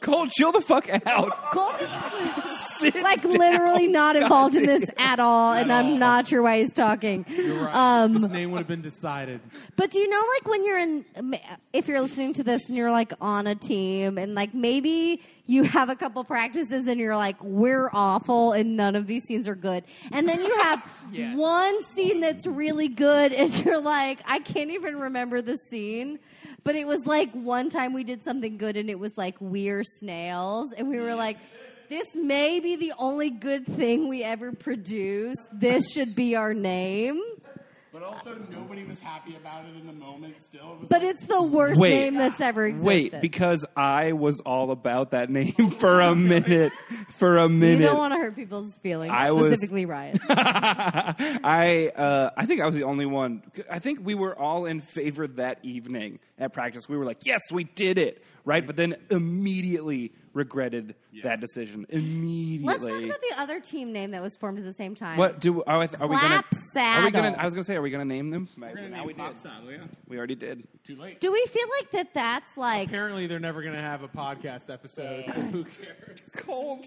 Speaker 5: Cole, chill the fuck out.
Speaker 11: Cole is like literally not involved in this at all, and I'm not sure why he's talking.
Speaker 2: You're right.
Speaker 11: Um,
Speaker 2: this name would have been decided.
Speaker 11: But do you know, like, when you're in, if you're listening to this and you're like on a team and like maybe you have a couple practices and you're like, we're awful and none of these scenes are good. And then you have one scene that's really good and you're like, I can't even remember the scene. But it was like one time we did something good and it was like, we're snails. And we were like, this may be the only good thing we ever produce. This should be our name.
Speaker 12: But also, nobody was happy about it in the moment. Still, it was
Speaker 11: But
Speaker 12: like,
Speaker 11: it's the worst
Speaker 5: Wait.
Speaker 11: name that's ever existed.
Speaker 5: Wait, because I was all about that name for a minute. For a minute.
Speaker 11: you don't want to hurt people's feelings,
Speaker 5: I was-
Speaker 11: specifically Ryan.
Speaker 5: I uh, I think I was the only one. I think we were all in favor that evening at practice. We were like, "Yes, we did it!" Right, but then immediately regretted that decision. Immediately.
Speaker 11: Let's talk about the other team name that was formed at the same time.
Speaker 5: what do are, we- are we gonna?
Speaker 11: Clap
Speaker 5: Are we gonna?
Speaker 11: Saddle.
Speaker 5: I was gonna say, are we gonna name them?
Speaker 12: we're gonna name Pop Saddle, yeah.
Speaker 5: We already did.
Speaker 12: Too late.
Speaker 11: Do we feel like that? That's like
Speaker 2: Apparently, they're never going to have a podcast episode, so who cares?
Speaker 5: Cold.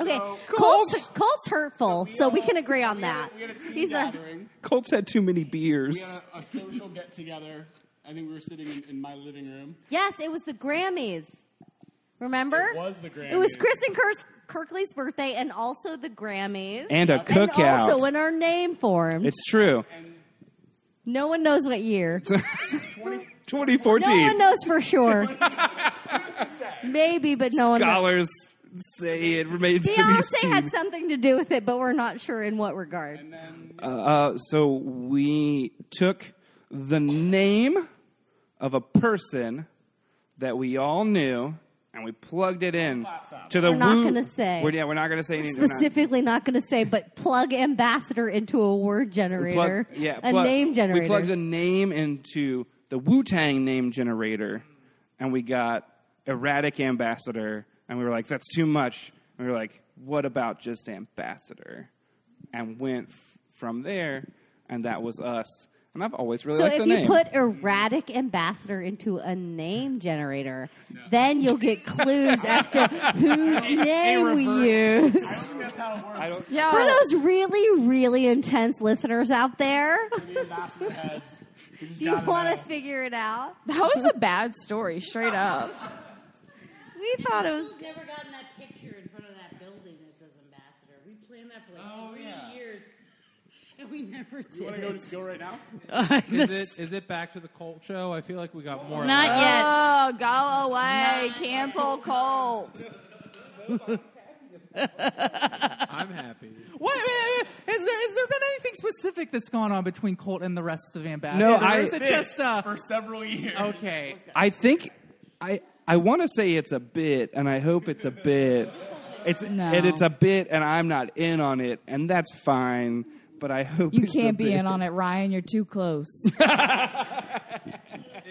Speaker 11: okay.
Speaker 12: So-
Speaker 11: Colt's, Colt's hurtful, so we, can agree on that.
Speaker 12: we had a team
Speaker 11: He's a
Speaker 12: gathering.
Speaker 5: Colts had too many beers.
Speaker 12: we had a, a social get together. I think we were sitting in, in my living room.
Speaker 11: yes. It was the Grammys. Remember?
Speaker 12: It was the
Speaker 11: It was
Speaker 12: Grammys.
Speaker 11: Kristen Kirk- Kirkley's birthday, and also the Grammys,
Speaker 5: And a cookout.
Speaker 11: And also in our name form,
Speaker 5: it's true.
Speaker 11: no one knows what year.
Speaker 5: 2014.
Speaker 11: No one knows for sure. Maybe, but no one. knows.
Speaker 5: Scholars say it remains to be
Speaker 11: Beyonce
Speaker 5: seen.
Speaker 11: had something to do with it, but we're not sure in what regard.
Speaker 5: Uh, uh, so we took the name of a person that we all knew and we plugged it in to the
Speaker 11: We're not
Speaker 5: Woo-
Speaker 11: gonna say.
Speaker 5: We're, yeah, we're not going to say anything. We're not-
Speaker 11: Specifically, not going to say, but plug ambassador into a word
Speaker 5: we plug-
Speaker 11: generator,
Speaker 5: yeah,
Speaker 11: a
Speaker 5: plug-
Speaker 11: name generator.
Speaker 5: We plugged a name into the Wu Tang name generator, and we got erratic ambassador, and we were like, "That's too much." And we were like, "What about just ambassador?" And went f- from there, and that was us. And I've always really
Speaker 11: so
Speaker 5: liked
Speaker 11: if
Speaker 5: the
Speaker 11: you
Speaker 5: name.
Speaker 11: put erratic ambassador into a name generator, then you'll get clues as to whose name we
Speaker 12: reverse-
Speaker 11: use.
Speaker 12: I don't think that's how it works. I don't.
Speaker 11: For those really, really intense listeners out there,
Speaker 12: The ambassador heads. We just
Speaker 11: you
Speaker 12: gotta
Speaker 11: want
Speaker 12: know.
Speaker 11: to figure it out.
Speaker 10: That was a bad story, straight up.
Speaker 11: We thought it was
Speaker 6: We've never gotten that picture in front of that building that says ambassador. We planned that for like
Speaker 12: Oh,
Speaker 6: three
Speaker 12: yeah.
Speaker 6: years, and we never did.
Speaker 12: You want to go,
Speaker 6: it.
Speaker 12: go right now?
Speaker 2: Is it, is it back to the cult show? I feel like we got more.
Speaker 6: Not
Speaker 2: left.
Speaker 6: yet.
Speaker 10: Oh, go away. Cancel cult.
Speaker 2: I'm happy.
Speaker 4: What eh, is there? Is there been anything specific that's gone on between Colt and the rest of Ambassador?
Speaker 5: No,
Speaker 4: Or
Speaker 5: I-
Speaker 4: is it just uh,
Speaker 12: for several years.
Speaker 4: okay?
Speaker 5: I think I I want to say it's a bit, and I hope it's a bit. It's
Speaker 14: No.
Speaker 5: and it's a bit, and I'm not in on it, and that's fine. But I hope
Speaker 14: You
Speaker 5: it's a
Speaker 14: can't be
Speaker 5: bit.
Speaker 14: in on it, Ryan. You're too close.
Speaker 2: It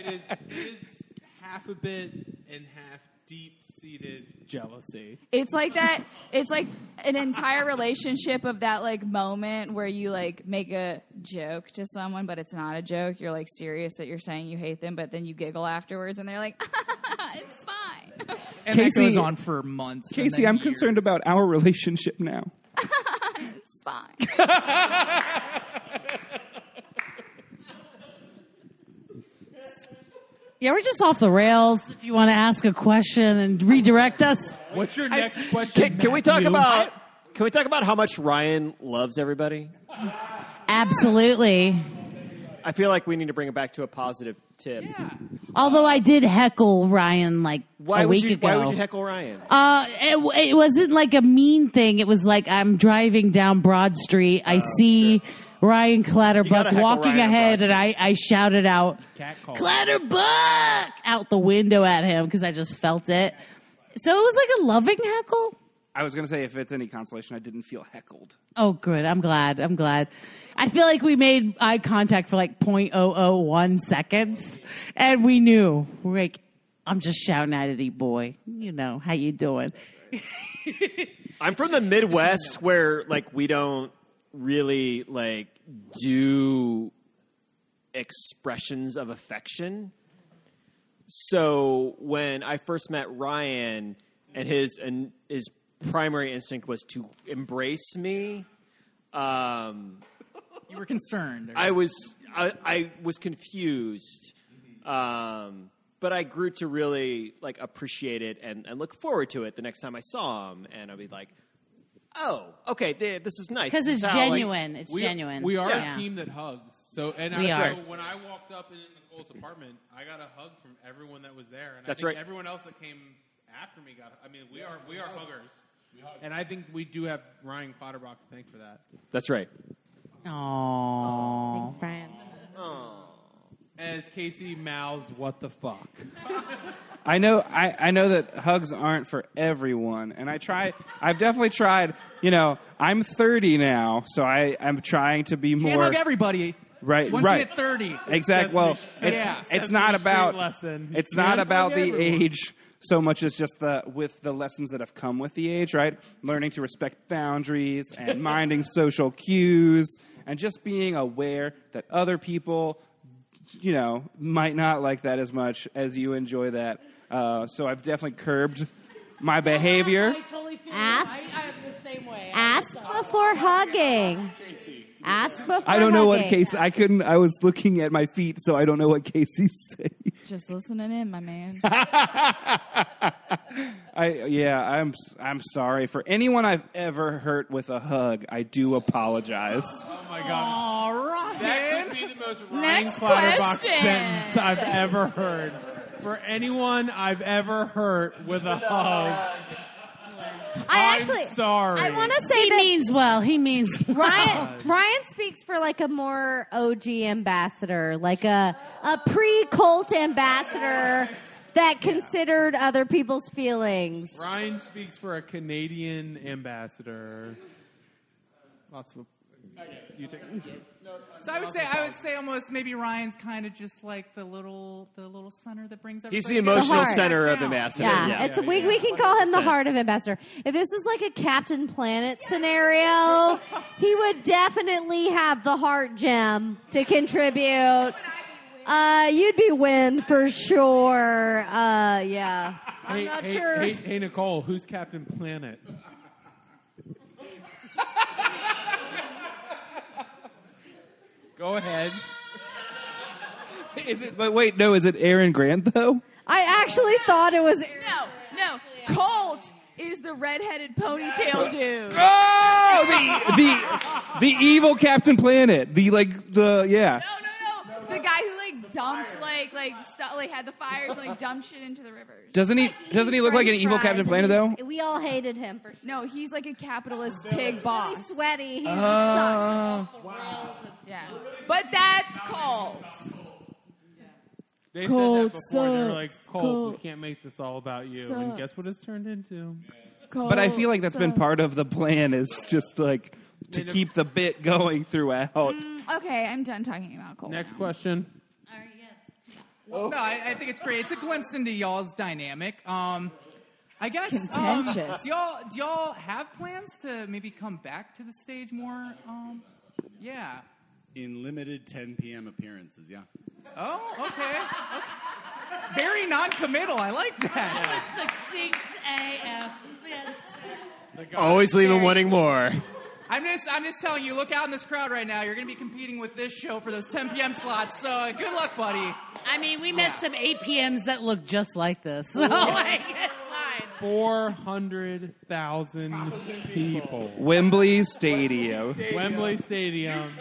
Speaker 2: is, it is half a bit and half deep seated jealousy.
Speaker 10: It's like that. It's like an entire relationship of that like moment where you like make a joke to someone, but it's not a joke. You're like serious that you're saying you hate them, but then you giggle afterwards, and they're like, "It's fine."
Speaker 4: and that goes on for months. and
Speaker 5: Casey,
Speaker 4: then
Speaker 5: I'm
Speaker 4: years.
Speaker 5: concerned about our relationship now.
Speaker 10: it's fine.
Speaker 6: Yeah, we're just off the rails. If you want to ask a question and redirect us,
Speaker 2: What's your next question?
Speaker 13: Can, can we talk
Speaker 2: Matthew?
Speaker 13: about? Can we talk about how much Ryan loves everybody?
Speaker 6: absolutely.
Speaker 13: I feel like we need to bring it back to a positive tip.
Speaker 6: Although I did heckle Ryan like
Speaker 13: Why
Speaker 6: a
Speaker 13: would
Speaker 6: week
Speaker 13: you?
Speaker 6: ago.
Speaker 13: Why would you heckle Ryan?
Speaker 6: Uh, it, it wasn't like a mean thing. It was like I'm driving down Broad Street. I see Ryan
Speaker 13: Oh, gotta
Speaker 6: Clatterbuck
Speaker 13: heckle
Speaker 6: walking
Speaker 13: Ryan on
Speaker 6: ahead,
Speaker 13: Broad
Speaker 6: and I, I shouted out
Speaker 2: Catcall.
Speaker 6: Clatterbuck out the window at him because I just felt it. So it was like a loving heckle.
Speaker 5: I was going to say, if it's any consolation, I didn't feel heckled.
Speaker 6: Oh, good. I'm glad. I'm glad. I feel like we made eye contact for like 0.001 seconds, and we knew. We're like, I'm just shouting at it, E boy. You know how you doing?
Speaker 13: I'm from the Midwest where like we don't really like do expressions of affection. So when I first met Ryan and his and his primary instinct was to embrace me, um,
Speaker 4: You were concerned.
Speaker 13: I was I, I was confused. Um, but I grew to really like appreciate it and, and look forward to it the next time I saw him and I'd be like, Oh, okay, th- this is nice.
Speaker 6: 'Cause
Speaker 13: This is
Speaker 6: it's
Speaker 13: how, like-
Speaker 6: genuine. It's
Speaker 2: we,
Speaker 6: genuine.
Speaker 2: We are
Speaker 6: Yeah.
Speaker 2: a team that hugs. So and
Speaker 6: We
Speaker 2: I
Speaker 6: are.
Speaker 2: know when I walked up in Nicole's apartment, I got a hug from everyone that was there, and
Speaker 13: That's
Speaker 2: I think
Speaker 13: right.
Speaker 2: everyone else that came after me got. I mean, we are we are huggers, and I think we do have Ryan Clatterbach to thank for that.
Speaker 13: That's right.
Speaker 6: Aww.
Speaker 11: Thanks, Brian.
Speaker 2: As Casey mouths, "What the fuck?" Oh
Speaker 5: I know, I, I know that hugs aren't for everyone, and I try. I've definitely tried. You know, I'm 30 now, so I I'm trying to be more.
Speaker 4: Can't hug everybody.
Speaker 5: Right,
Speaker 4: Once
Speaker 5: right.
Speaker 4: you hit 30.
Speaker 5: Exactly. Well, it's
Speaker 2: Sesame- yeah,
Speaker 5: it's
Speaker 2: Sesame
Speaker 5: not
Speaker 2: Street
Speaker 5: about
Speaker 2: lesson.
Speaker 5: it's
Speaker 2: You
Speaker 5: not
Speaker 2: gotta
Speaker 5: about
Speaker 2: hug
Speaker 5: the
Speaker 2: everyone.
Speaker 5: age so much as just the with the lessons that have come with the age, right? Learning to respect boundaries and minding social cues and just being aware that other people you know might not like that as much as you enjoy that. Uh, so I've definitely curbed my behavior.
Speaker 6: totally feel
Speaker 11: Ask- I-
Speaker 6: am the same way.
Speaker 11: Ask before hugging. Ask before.
Speaker 5: I don't know what
Speaker 11: hugging.
Speaker 5: Casey. I couldn't. I was looking at my feet, so I don't know what Casey's saying.
Speaker 8: Just listening in, my man.
Speaker 5: I yeah, I'm I'm sorry for anyone I've ever hurt with a hug. I do apologize.
Speaker 2: Oh my god,
Speaker 4: All right.
Speaker 2: that could be the most Ryan
Speaker 8: Next
Speaker 2: Clatterbox
Speaker 8: question.
Speaker 2: sentence I've ever heard. For anyone I've ever hurt with a hug,
Speaker 11: I
Speaker 2: I'm
Speaker 11: actually.
Speaker 2: sorry.
Speaker 11: I want to say
Speaker 6: He
Speaker 11: that
Speaker 6: means well. He means well.
Speaker 11: Ryan Ryan speaks for like a more OG ambassador, like a a pre Colt ambassador that considered other people's feelings.
Speaker 2: Ryan speaks for a Canadian ambassador. Lots of. You take a joke.
Speaker 4: So I would say I would say almost maybe Ryan's kind of just like the little the little center that brings everybody.
Speaker 13: He's the
Speaker 4: together.
Speaker 13: emotional
Speaker 11: heart.
Speaker 13: center of
Speaker 4: Yeah.
Speaker 13: ambassador.
Speaker 11: Yeah,
Speaker 13: Yeah.
Speaker 11: it's we, we can call him the
Speaker 13: 100%.
Speaker 11: heart of ambassador. If this was like a Captain Planet scenario, he would definitely have the heart gem to contribute. Uh, you'd be win for sure. Uh, yeah, I'm
Speaker 2: hey,
Speaker 11: not
Speaker 2: hey,
Speaker 11: sure.
Speaker 2: Hey, hey, Nicole, who's Captain Planet? Go ahead.
Speaker 5: Is it? But wait, no. Is it Aaron Grant though?
Speaker 11: I actually thought it was.
Speaker 10: No, no. Colt is the redheaded ponytail dude. No,
Speaker 5: Oh, the the the evil Captain Planet. The like the
Speaker 10: no,
Speaker 5: yeah.
Speaker 10: no. The guy who like dumped like like stu- like had the fires and like dumped shit into the rivers.
Speaker 5: Doesn't he? Doesn't he look like an
Speaker 11: French
Speaker 5: evil
Speaker 11: fries,
Speaker 5: Captain
Speaker 11: and
Speaker 5: Planet though?
Speaker 11: he's- We all hated him for.
Speaker 10: No, he's like a capitalist pig
Speaker 11: He's
Speaker 10: boss.
Speaker 11: sweaty. He's
Speaker 5: Oh.
Speaker 11: just sucks.
Speaker 10: Yeah, but that's Colt.
Speaker 2: They
Speaker 8: Cold
Speaker 2: said that before. They were like,
Speaker 8: sucks.
Speaker 2: Colt, we
Speaker 8: Cold
Speaker 2: can't make this all about you. And guess what it's turned into?
Speaker 5: But I feel like that's been
Speaker 8: sucks.
Speaker 5: part of the plan. Is just like to keep the bit going throughout.
Speaker 10: Mm, okay, I'm done talking about Colt.
Speaker 2: Next question.
Speaker 4: No, I, I think it's great. It's a glimpse into y'all's dynamic. Um, I guess um,
Speaker 8: Contentious.
Speaker 4: do y'all do y'all have plans to maybe come back to the stage more? Um, yeah.
Speaker 12: In limited 10 p.m. appearances, yeah.
Speaker 4: Oh, okay. very non-committal. I like that.
Speaker 6: Succinct AF.
Speaker 13: Always leave him wanting more.
Speaker 4: I'm just, I'm just telling you, look out in this crowd right now. You're going to be competing with this show for those 10 p.m. slots. So uh, good luck, buddy.
Speaker 6: I mean, we met some 8 p.m.s that look just like this. So,
Speaker 2: Yeah.
Speaker 6: like, it's fine.
Speaker 2: Four hundred thousand people.
Speaker 5: Wembley Stadium.
Speaker 2: Wembley Stadium.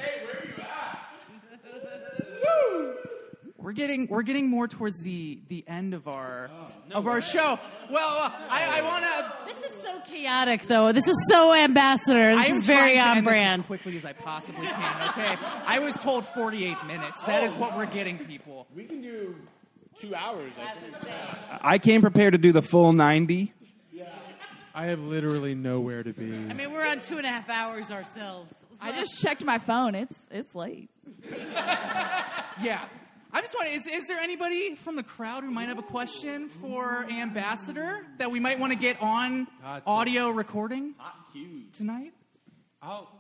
Speaker 4: We're getting we're getting more towards the the end of our
Speaker 12: Oh,
Speaker 4: of our show. Well, uh, I, I want to.
Speaker 6: This is so chaotic, though. This is so ambassador. This
Speaker 4: I am
Speaker 6: is very
Speaker 4: trying to
Speaker 6: on
Speaker 4: end this
Speaker 6: brand.
Speaker 4: as quickly as I possibly can. Okay, I was told 48 minutes. That is what we're getting, people.
Speaker 12: We can do two hours. I think.
Speaker 5: I came prepared to do the full 90.
Speaker 2: I have literally nowhere to be.
Speaker 6: I mean, we're on two and a half hours ourselves.
Speaker 10: I just checked my phone. It's it's late.
Speaker 4: Yeah. I just want to, is, is there anybody from the crowd who might have a question for Ambassador that we might want to get on
Speaker 2: Hot take.
Speaker 4: audio recording tonight?
Speaker 2: I'll-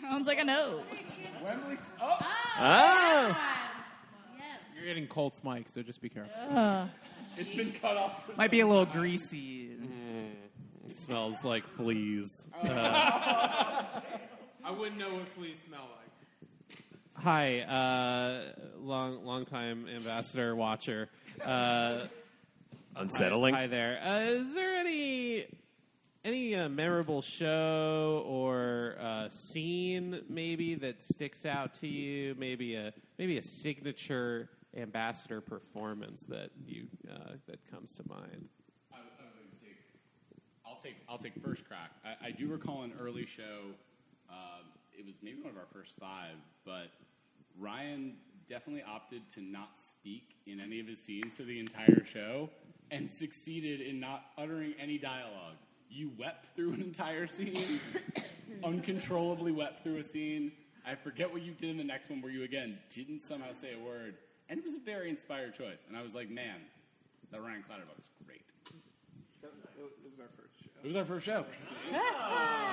Speaker 10: Sounds like a no.
Speaker 12: Wembley. Oh.
Speaker 2: Ah.
Speaker 4: Ah.
Speaker 2: You're getting Colts mic, so just be careful.
Speaker 12: Uh. It's been cut off.
Speaker 4: Might be a little greasy.
Speaker 2: Mm, It smells like fleas.
Speaker 13: Uh,
Speaker 2: I wouldn't know what fleas smell like. Hi, uh, long long time ambassador watcher. Uh,
Speaker 13: Unsettling.
Speaker 2: Hi, hi there. Uh, is there any any uh, memorable show or uh, scene maybe that sticks out to you? Maybe a maybe a signature ambassador performance that you uh, that comes to mind.
Speaker 12: I, I would take, I'll take I'll take first crack. I, I do recall an early show. Um, it was maybe one of our first five, but Ryan definitely opted to not speak in any of his scenes for the entire show, and succeeded in not uttering any dialogue. You wept through an entire scene, uncontrollably wept through a scene. I forget what you did in the next one, where you again didn't somehow say a word, and it was a very inspired choice. And I was like, man, that Ryan Clatterbuck is great.
Speaker 5: It was our first show.
Speaker 12: It was our first show.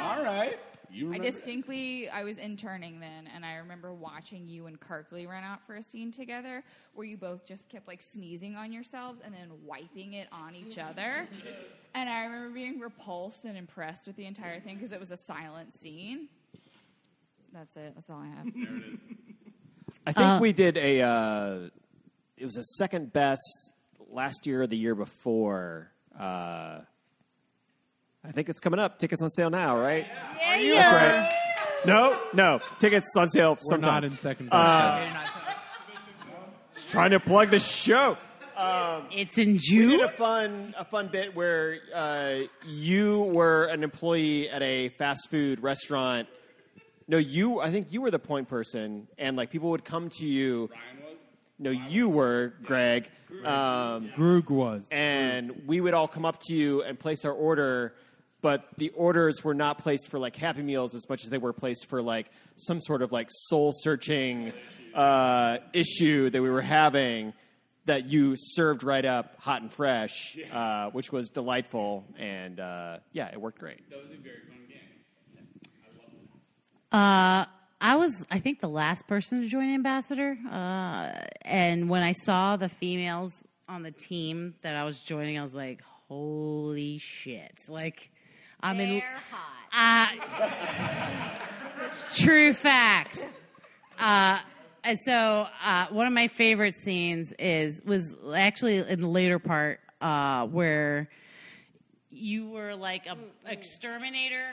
Speaker 12: All right. You
Speaker 10: I
Speaker 12: remember?
Speaker 10: distinctly, I was interning then, and I remember watching you and Kirkley run out for a scene together where you both just kept like sneezing on yourselves and then wiping it on each other. And I remember being repulsed and impressed with the entire thing because it was a silent scene. That's it. That's all I have.
Speaker 12: There it is.
Speaker 13: I think
Speaker 10: Uh,
Speaker 13: we did a. Uh, it was a second best last year or the year before. Uh, I think it's coming up. Tickets on sale now, right?
Speaker 6: Yeah,
Speaker 13: That's right. No, no. Tickets on sale sometime.
Speaker 2: not in second best.
Speaker 13: Uh, just trying to plug the show. Um,
Speaker 6: it's in
Speaker 13: June. We did a fun, a fun bit where uh, you were an employee at a fast food restaurant. No, you. I think you were the point person, and like people would come to you. Ryan was. No, you were Greg. Um,
Speaker 2: Grug was.
Speaker 13: And we would all come up to you and place our order, but the orders were not placed for like Happy Meals as much as they were placed for like some sort of like soul searching uh, issue that we were having that you served right up hot and fresh, uh, which was delightful. And uh, yeah, it worked great.
Speaker 12: That was a very fun game.
Speaker 6: Uh, I was, I think, the last person to join Ambassador. Uh, and when I saw the females on the team that I was joining, I was like, holy shit. Like, I'm in.
Speaker 11: They're
Speaker 6: hot. Uh, it's true facts. Uh, and so uh, one of my favorite scenes is was actually in the later part uh, where you were like a exterminator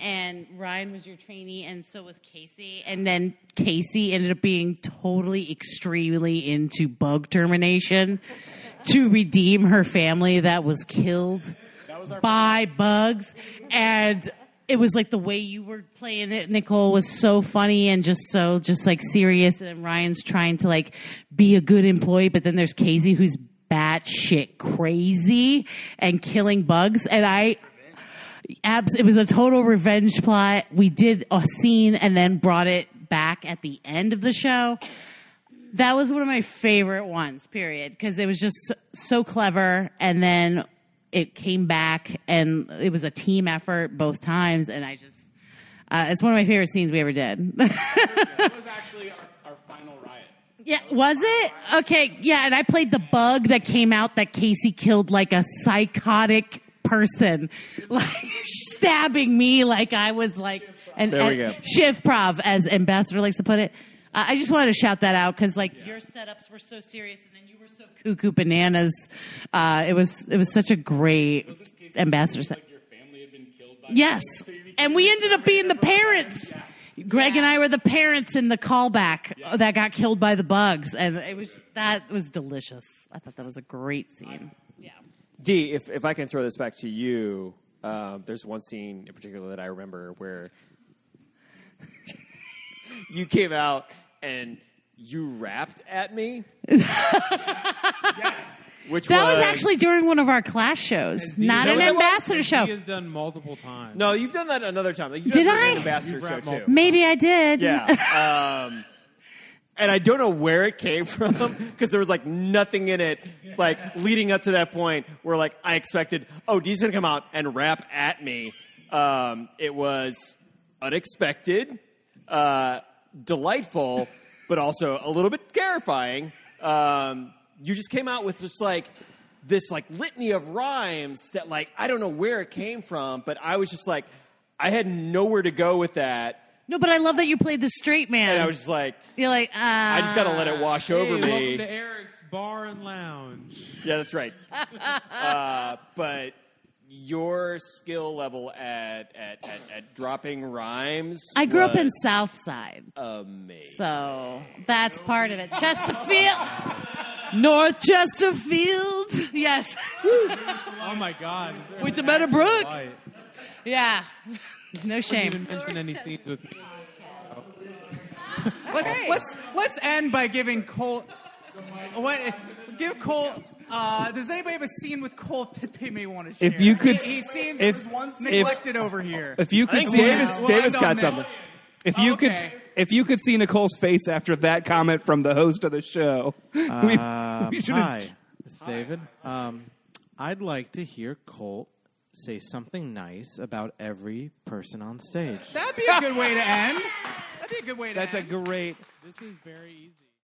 Speaker 6: and Ryan was your trainee and so was Casey and then Casey ended up being totally extremely into bug termination to redeem her family that was killed by bugs and it was like the way you were playing it Nicole was so funny and just so just like serious and Ryan's trying to like be a good employee but then there's Casey who's batshit crazy and killing bugs and I abs it was a total revenge plot we did a scene and then brought it back at the end of the show that was one of my favorite ones period because it was just so, so clever and then it came back and it was a team effort both times and i just uh, it's one of my favorite scenes we ever did
Speaker 12: That was actually our, our final riot.
Speaker 6: Yeah, was it? Okay, yeah, and I played the bug that came out that Casey killed like a psychotic person, like stabbing me like I was like an
Speaker 13: There we go.
Speaker 6: shivprov, as Ambassador likes to put it. Uh, I just wanted to shout that out because like your setups were so serious, and then you were so cuckoo bananas. Uh, it was it was such a great Ambassador set. Yes, and we ended up being the parents. Greg and I were the parents in the callback that got killed by the bugs, and it was that was delicious. I thought that was a great scene.
Speaker 13: D, if, if I can throw this back to you, uh, there's one scene in particular that I remember where you came out and you rapped at me. Which
Speaker 6: that was
Speaker 13: was,
Speaker 6: actually during one of our class shows, not
Speaker 13: Is that
Speaker 6: an
Speaker 13: what that was?
Speaker 6: ambassador show.
Speaker 2: He has done multiple times.
Speaker 13: No, you've done that another time. Like, you've
Speaker 6: Did
Speaker 13: done it
Speaker 6: I?
Speaker 13: during the Ambassador
Speaker 2: You've
Speaker 13: show
Speaker 2: rapped
Speaker 13: too.
Speaker 6: Maybe I did.
Speaker 13: Yeah. Um, and I don't know where it came from because there was like nothing in it, like leading up to that point where like I expected, oh, D's gonna come out and rap at me. Um, it was unexpected, uh, delightful, but also a little bit terrifying. Um, you just came out with just like this like litany of rhymes that like I don't know where it came from, but I was just like I had nowhere to go with that,
Speaker 6: no, but I love that you played the straight man.
Speaker 13: and I was just like.
Speaker 6: You're like, uh,
Speaker 13: I just gotta let it wash over me.
Speaker 2: hey, Welcome to Eric's Bar and Lounge.
Speaker 13: Yeah, that's right. uh, but your skill level at at, at, at dropping rhymes.
Speaker 6: I grew up in
Speaker 13: was
Speaker 6: Southside,
Speaker 13: Amazing.
Speaker 6: so that's part of it. Chesterfield, North Chesterfield. Yes.
Speaker 2: Oh my God.
Speaker 6: Went to Meadowbrook.
Speaker 2: Light.
Speaker 6: Yeah. No
Speaker 2: Didn't
Speaker 6: shame.
Speaker 2: even mention any scenes with me.
Speaker 4: Let's, let's, let's end by giving Cole. What? Give Cole. Uh, does anybody have a scene with Colt that they may want to share?
Speaker 5: If you could-
Speaker 4: he, he seems
Speaker 5: if- if-
Speaker 4: neglected over here.
Speaker 5: If you could see
Speaker 4: We'll end on this.
Speaker 5: If you could,
Speaker 4: Okay.
Speaker 5: if you could see Nicole's face after that comment from the host of the show, we-
Speaker 15: Um,
Speaker 2: Uh,
Speaker 5: we, should
Speaker 15: hi, it's David. Um, I'd like to hear Colt say something nice about every person on stage.
Speaker 4: That'd be a good way to end. That'd be a good way to
Speaker 5: That's a
Speaker 4: end.
Speaker 5: great.
Speaker 2: This is very easy.